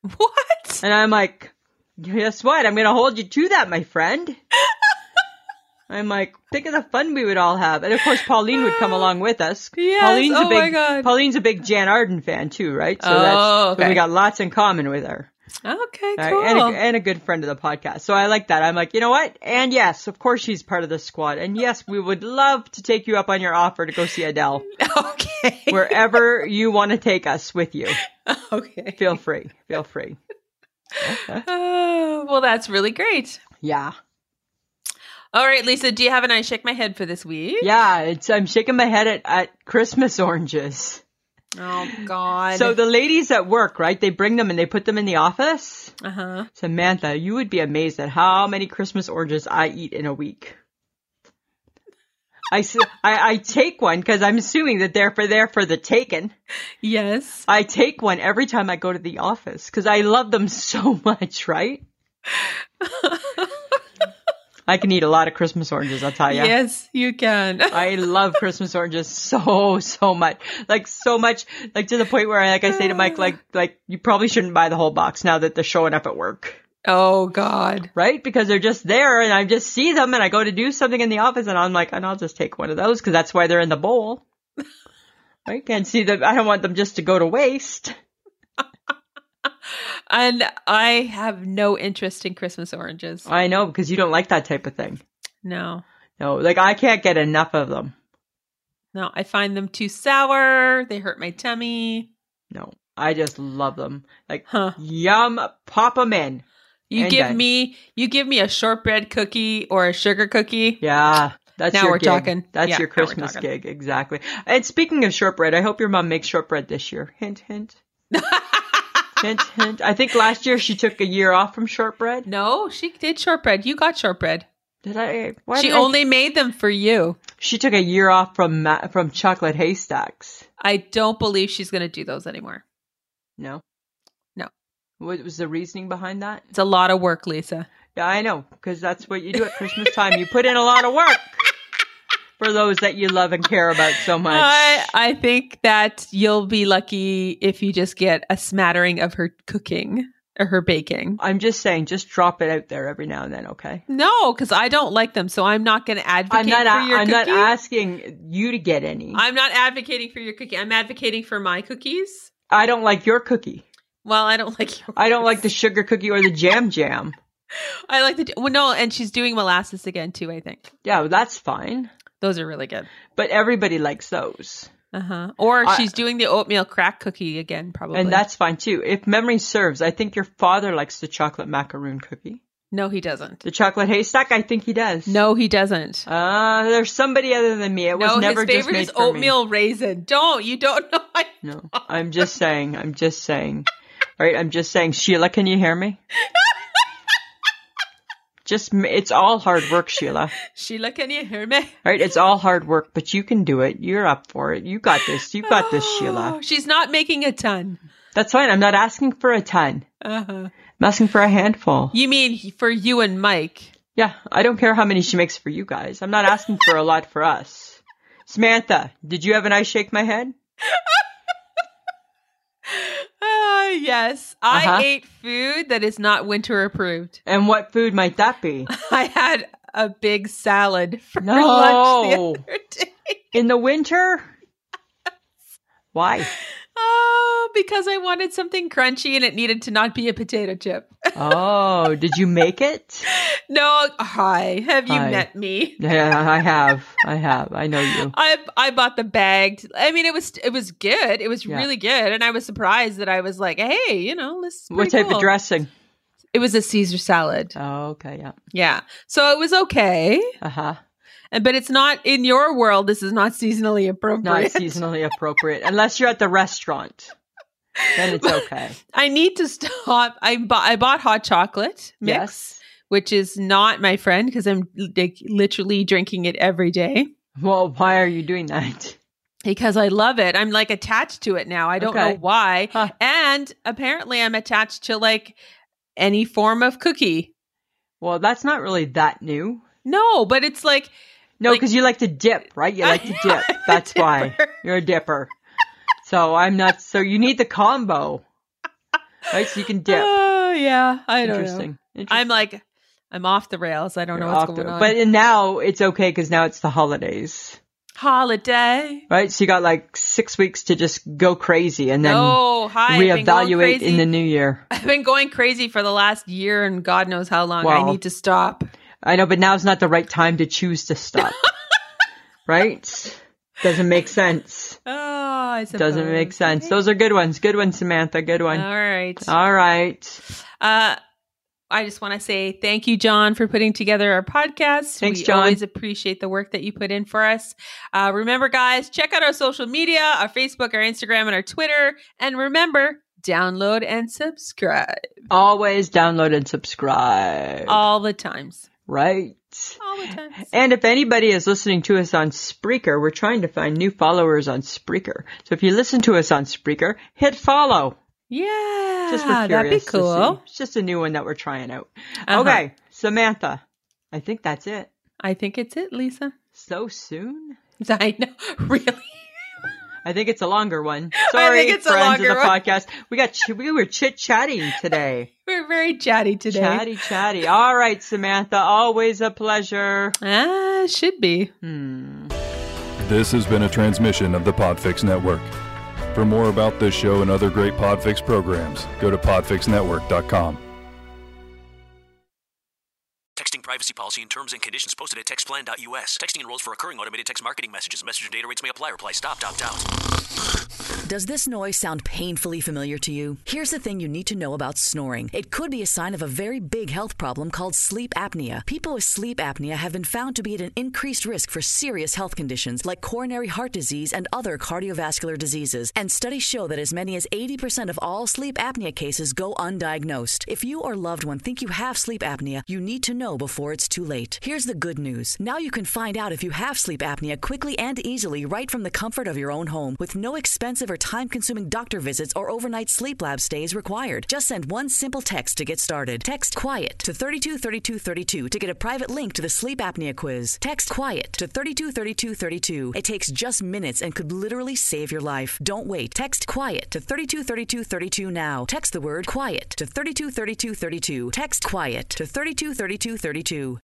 Speaker 2: What?
Speaker 3: And I'm like, guess what? I'm going to hold you to that, my friend. I'm like, think of the fun we would all have. And of course, Pauline would come along with us.
Speaker 2: Yes,
Speaker 3: Pauline's
Speaker 2: oh
Speaker 3: a big,
Speaker 2: my God.
Speaker 3: Pauline's a big Jan Arden fan too, right? So
Speaker 2: Oh,
Speaker 3: that's, so
Speaker 2: okay.
Speaker 3: we got lots in common with her.
Speaker 2: Okay,
Speaker 3: All right?
Speaker 2: cool.
Speaker 3: And, a, and a good friend of the podcast. So I like that. I'm like, you know what? And yes, of course she's part of the squad. And yes, we would love to take you up on your offer to go see Adele
Speaker 2: okay.
Speaker 3: wherever you want to take us with you.
Speaker 2: okay.
Speaker 3: Feel free. Feel free.
Speaker 2: Oh, well, that's really great.
Speaker 3: Yeah.
Speaker 2: All right, Lisa, do you have an I shake my head for this week?
Speaker 3: Yeah, it's I'm shaking my head at, at Christmas oranges.
Speaker 2: Oh God.
Speaker 3: So the ladies at work, right? They bring them and they put them in the office.
Speaker 2: uh huh.
Speaker 3: Samantha, you would be amazed at how many Christmas oranges I eat in a week. I, s- I- I take one because I'm assuming that they're for there for the taken.
Speaker 2: Yes.
Speaker 3: I take one every time I go to the office because I love them so much, right? I can eat a lot of Christmas oranges, I'll tell you.
Speaker 2: Yes, you can.
Speaker 3: I love Christmas oranges so so much, like so much, like to the point where, like I say to Mike, like like you probably shouldn't buy the whole box now that they're showing up at work,
Speaker 2: oh God.
Speaker 3: right? Because they're just there, and I just see them, and I go to do something in the office, and I'm like, and I'll just take one of those because that's why they're in the bowl. I can't see them. I don't want them just to go to waste.
Speaker 2: And I have no interest in Christmas oranges.
Speaker 3: I know because you don't like that type of thing.
Speaker 2: No.
Speaker 3: No, like I can't get enough of them.
Speaker 2: No, I find them too sour. They hurt my tummy.
Speaker 3: No, I just love them. Like
Speaker 2: Huh.
Speaker 3: yum, pop them in.
Speaker 2: You
Speaker 3: And
Speaker 2: give
Speaker 3: done.
Speaker 2: me you give me a shortbread cookie or a sugar cookie.
Speaker 3: Yeah. That's
Speaker 2: Now
Speaker 3: your
Speaker 2: we're
Speaker 3: gig.
Speaker 2: talking.
Speaker 3: That's
Speaker 2: Yeah,
Speaker 3: your
Speaker 2: now we're
Speaker 3: Christmas
Speaker 2: talking.
Speaker 3: gig, exactly. And speaking of shortbread, I hope your mom makes shortbread this year. Hint, hint, hint, hint. I think last year she took a year off from shortbread.
Speaker 2: no, she did shortbread. You got shortbread.
Speaker 3: Did I? Why
Speaker 2: she
Speaker 3: did I-
Speaker 2: only made them for you.
Speaker 3: she took a year off from ma- from chocolate haystacks.
Speaker 2: I don't believe she's going to do those anymore.
Speaker 3: No,
Speaker 2: No.
Speaker 3: What was the reasoning behind that?
Speaker 2: It's a lot of work, Lisa.
Speaker 3: Yeah, I know, because that's what you do at Christmas time. You put in a lot of work for those that you love and care about so much.
Speaker 2: I, I think that you'll be lucky if you just get a smattering of her cooking or her baking.
Speaker 3: I'm just saying, just drop it out there every now and then, okay?
Speaker 2: No, because I don't like them, so I'm not going to
Speaker 3: I'm
Speaker 2: advocate
Speaker 3: not.
Speaker 2: for your
Speaker 3: I'm not
Speaker 2: cookie.
Speaker 3: asking you to get any. I,
Speaker 2: I'm not advocating for your cookie. I'm advocating for my cookies.
Speaker 3: don't like your cookie.
Speaker 2: Well, I don't like yours.
Speaker 3: I don't like the sugar cookie or the jam jam.
Speaker 2: I like the well, no, and she's doing molasses again too. I think
Speaker 3: Yeah, well, that's fine.
Speaker 2: those are really good.
Speaker 3: But everybody likes those,
Speaker 2: Uh huh. Or
Speaker 3: I-
Speaker 2: she's doing the oatmeal crack cookie again, probably.
Speaker 3: and that's fine too. If memory serves, I think your father likes the chocolate macaroon cookie.
Speaker 2: no, he doesn't.
Speaker 3: The chocolate haystack, I think he does.
Speaker 2: No, he doesn't.
Speaker 3: Uh, there's somebody other than me. It was
Speaker 2: no,
Speaker 3: never
Speaker 2: his
Speaker 3: just
Speaker 2: favorite
Speaker 3: made
Speaker 2: is
Speaker 3: for me.
Speaker 2: oatmeal raisin. Don't you don't know? I,
Speaker 3: No, I'm just saying. I'm just saying. All right, I'm just saying. Sheila, can you hear me? Just, m- it's all hard work, Sheila.
Speaker 2: Sheila, can you hear me?
Speaker 3: All right, it's all hard work, but you can do it. You're up for it. You got this. You got this,
Speaker 2: Oh,
Speaker 3: Sheila.
Speaker 2: She's not making a ton.
Speaker 3: That's fine. I'm not asking for a ton.
Speaker 2: Uh-huh.
Speaker 3: I'm asking for a handful.
Speaker 2: You mean he- for you and Mike?
Speaker 3: Yeah, I don't care how many she makes for you guys. I'm not asking for a lot for us. Samantha, did you have an I shake my head?
Speaker 2: Ah, yes. I
Speaker 3: Uh-huh.
Speaker 2: ate food that is not winter approved.
Speaker 3: And what food might that be?
Speaker 2: I had a big salad for
Speaker 3: No.
Speaker 2: lunch the other day.
Speaker 3: In the winter? Why?
Speaker 2: Oh, because I wanted something crunchy and it needed to not be a potato chip.
Speaker 3: Oh, did you make it?
Speaker 2: No, hi. Have you
Speaker 3: Hi.
Speaker 2: met me?
Speaker 3: Yeah, I have. I have. I know you.
Speaker 2: I I bought the bagged. I mean, it was it was good. It was
Speaker 3: Yeah.
Speaker 2: really good, and I was surprised that I was like, hey, you know, this. Is
Speaker 3: What
Speaker 2: pretty
Speaker 3: type
Speaker 2: cool.
Speaker 3: of dressing?
Speaker 2: It was a Caesar salad.
Speaker 3: Oh, okay, yeah.
Speaker 2: Yeah, so it was okay,
Speaker 3: Uh huh.
Speaker 2: and but it's not in your world. This is not seasonally
Speaker 3: not
Speaker 2: appropriate.
Speaker 3: seasonally appropriate unless you're at the restaurant then it's okay
Speaker 2: I need to stop. I bought I bought hot chocolate mix,
Speaker 3: yes
Speaker 2: which is not my friend because I'm like literally drinking it every day.
Speaker 3: Well, why are you doing that?
Speaker 2: because I love it. I'm like attached to it now. I don't
Speaker 3: Okay.
Speaker 2: know why.
Speaker 3: Huh.
Speaker 2: And apparently I'm attached to like any form of cookie.
Speaker 3: Well, that's not really that new.
Speaker 2: No, but it's like
Speaker 3: No,
Speaker 2: Like-
Speaker 3: because you like to dip, right? You like to dip.
Speaker 2: I'm a
Speaker 3: That's why
Speaker 2: dipper.
Speaker 3: you're a dipper. So I'm not. So you need the combo, right? So you can dip.
Speaker 2: Oh, yeah. I don't know.
Speaker 3: Interesting. Interesting.
Speaker 2: I'm like I'm off the rails. I don't know
Speaker 3: You're
Speaker 2: what's
Speaker 3: off
Speaker 2: going
Speaker 3: the-
Speaker 2: on.
Speaker 3: But and now it's okay because now it's the holidays,
Speaker 2: holiday.
Speaker 3: right? So you got like six weeks to just go crazy and then
Speaker 2: No, hi. I've been going
Speaker 3: reevaluate in
Speaker 2: crazy.
Speaker 3: the new year.
Speaker 2: I've been going crazy for the last year and God knows how long. I
Speaker 3: Wow.
Speaker 2: need to stop.
Speaker 3: I know, but now's not the right time to choose to stop, right? Doesn't make sense.
Speaker 2: Oh, I suppose.
Speaker 3: Doesn't make sense. Those Uh, are good ones. Good one, Samantha. Good
Speaker 2: All
Speaker 3: one.
Speaker 2: right.
Speaker 3: All right.
Speaker 2: Uh, I just want to say thank you, John, for putting together our podcast.
Speaker 3: Thanks,
Speaker 2: we
Speaker 3: John.
Speaker 2: always appreciate the work that you put in for us. Uh, remember, guys, check out our social media, our Facebook, our Instagram, and our Twitter. And remember, download and subscribe
Speaker 3: Always download and subscribe.
Speaker 2: all the times.
Speaker 3: right.
Speaker 2: All the times.
Speaker 3: And if anybody is listening to us on Spreaker, we're trying to find new followers on Spreaker. So if you listen to us on Spreaker, hit follow.
Speaker 2: yeah.
Speaker 3: Just for
Speaker 2: Ah, that'd be
Speaker 3: curious. to see.
Speaker 2: cool.
Speaker 3: It's just a new one that we're trying out.
Speaker 2: Uh-huh.
Speaker 3: Okay, Samantha, I think that's it.
Speaker 2: I think it's it, Lisa.
Speaker 3: So soon?
Speaker 2: I know. Really?
Speaker 3: I think it's a longer one. Sorry,
Speaker 2: it's a
Speaker 3: friends
Speaker 2: longer
Speaker 3: of the
Speaker 2: one.
Speaker 3: podcast. We got ch- we were chit chatting today.
Speaker 2: We're very chatty today.
Speaker 3: Chatty, chatty. All right, Samantha. Always a pleasure.
Speaker 2: Ah, should be.
Speaker 4: This has been a transmission of the Podfix Network. For more about this show and other great Podfix programs, go to podfixnetwork.com.
Speaker 5: Texting privacy policy and terms and conditions posted at textplan.us. Texting enrolls for recurring automated text marketing messages. Message and data rates may apply. Reply stop, opt out.
Speaker 6: Does this noise sound painfully familiar to you? Here's the thing you need to know about snoring. It could be a sign of a very big health problem called sleep apnea. People with sleep apnea have been found to be at an increased risk for serious health conditions like coronary heart disease and other cardiovascular diseases. And studies show that as many as 80% of all sleep apnea cases go undiagnosed. If you or loved one think you have sleep apnea, you need to know before it's too late. Here's the good news. Now you can find out if you have sleep apnea quickly and easily right from the comfort of your own home with no expensive or time consuming doctor visits or overnight sleep lab stays required. Just send one simple text to get started. Text QUIET to 323232 to get a private link to the sleep apnea quiz. Text QUIET to 323232. It takes just minutes and could literally save your life. Don't wait. Text QUIET to 323232 now. Text the word QUIET to 323232. Text QUIET to 323232.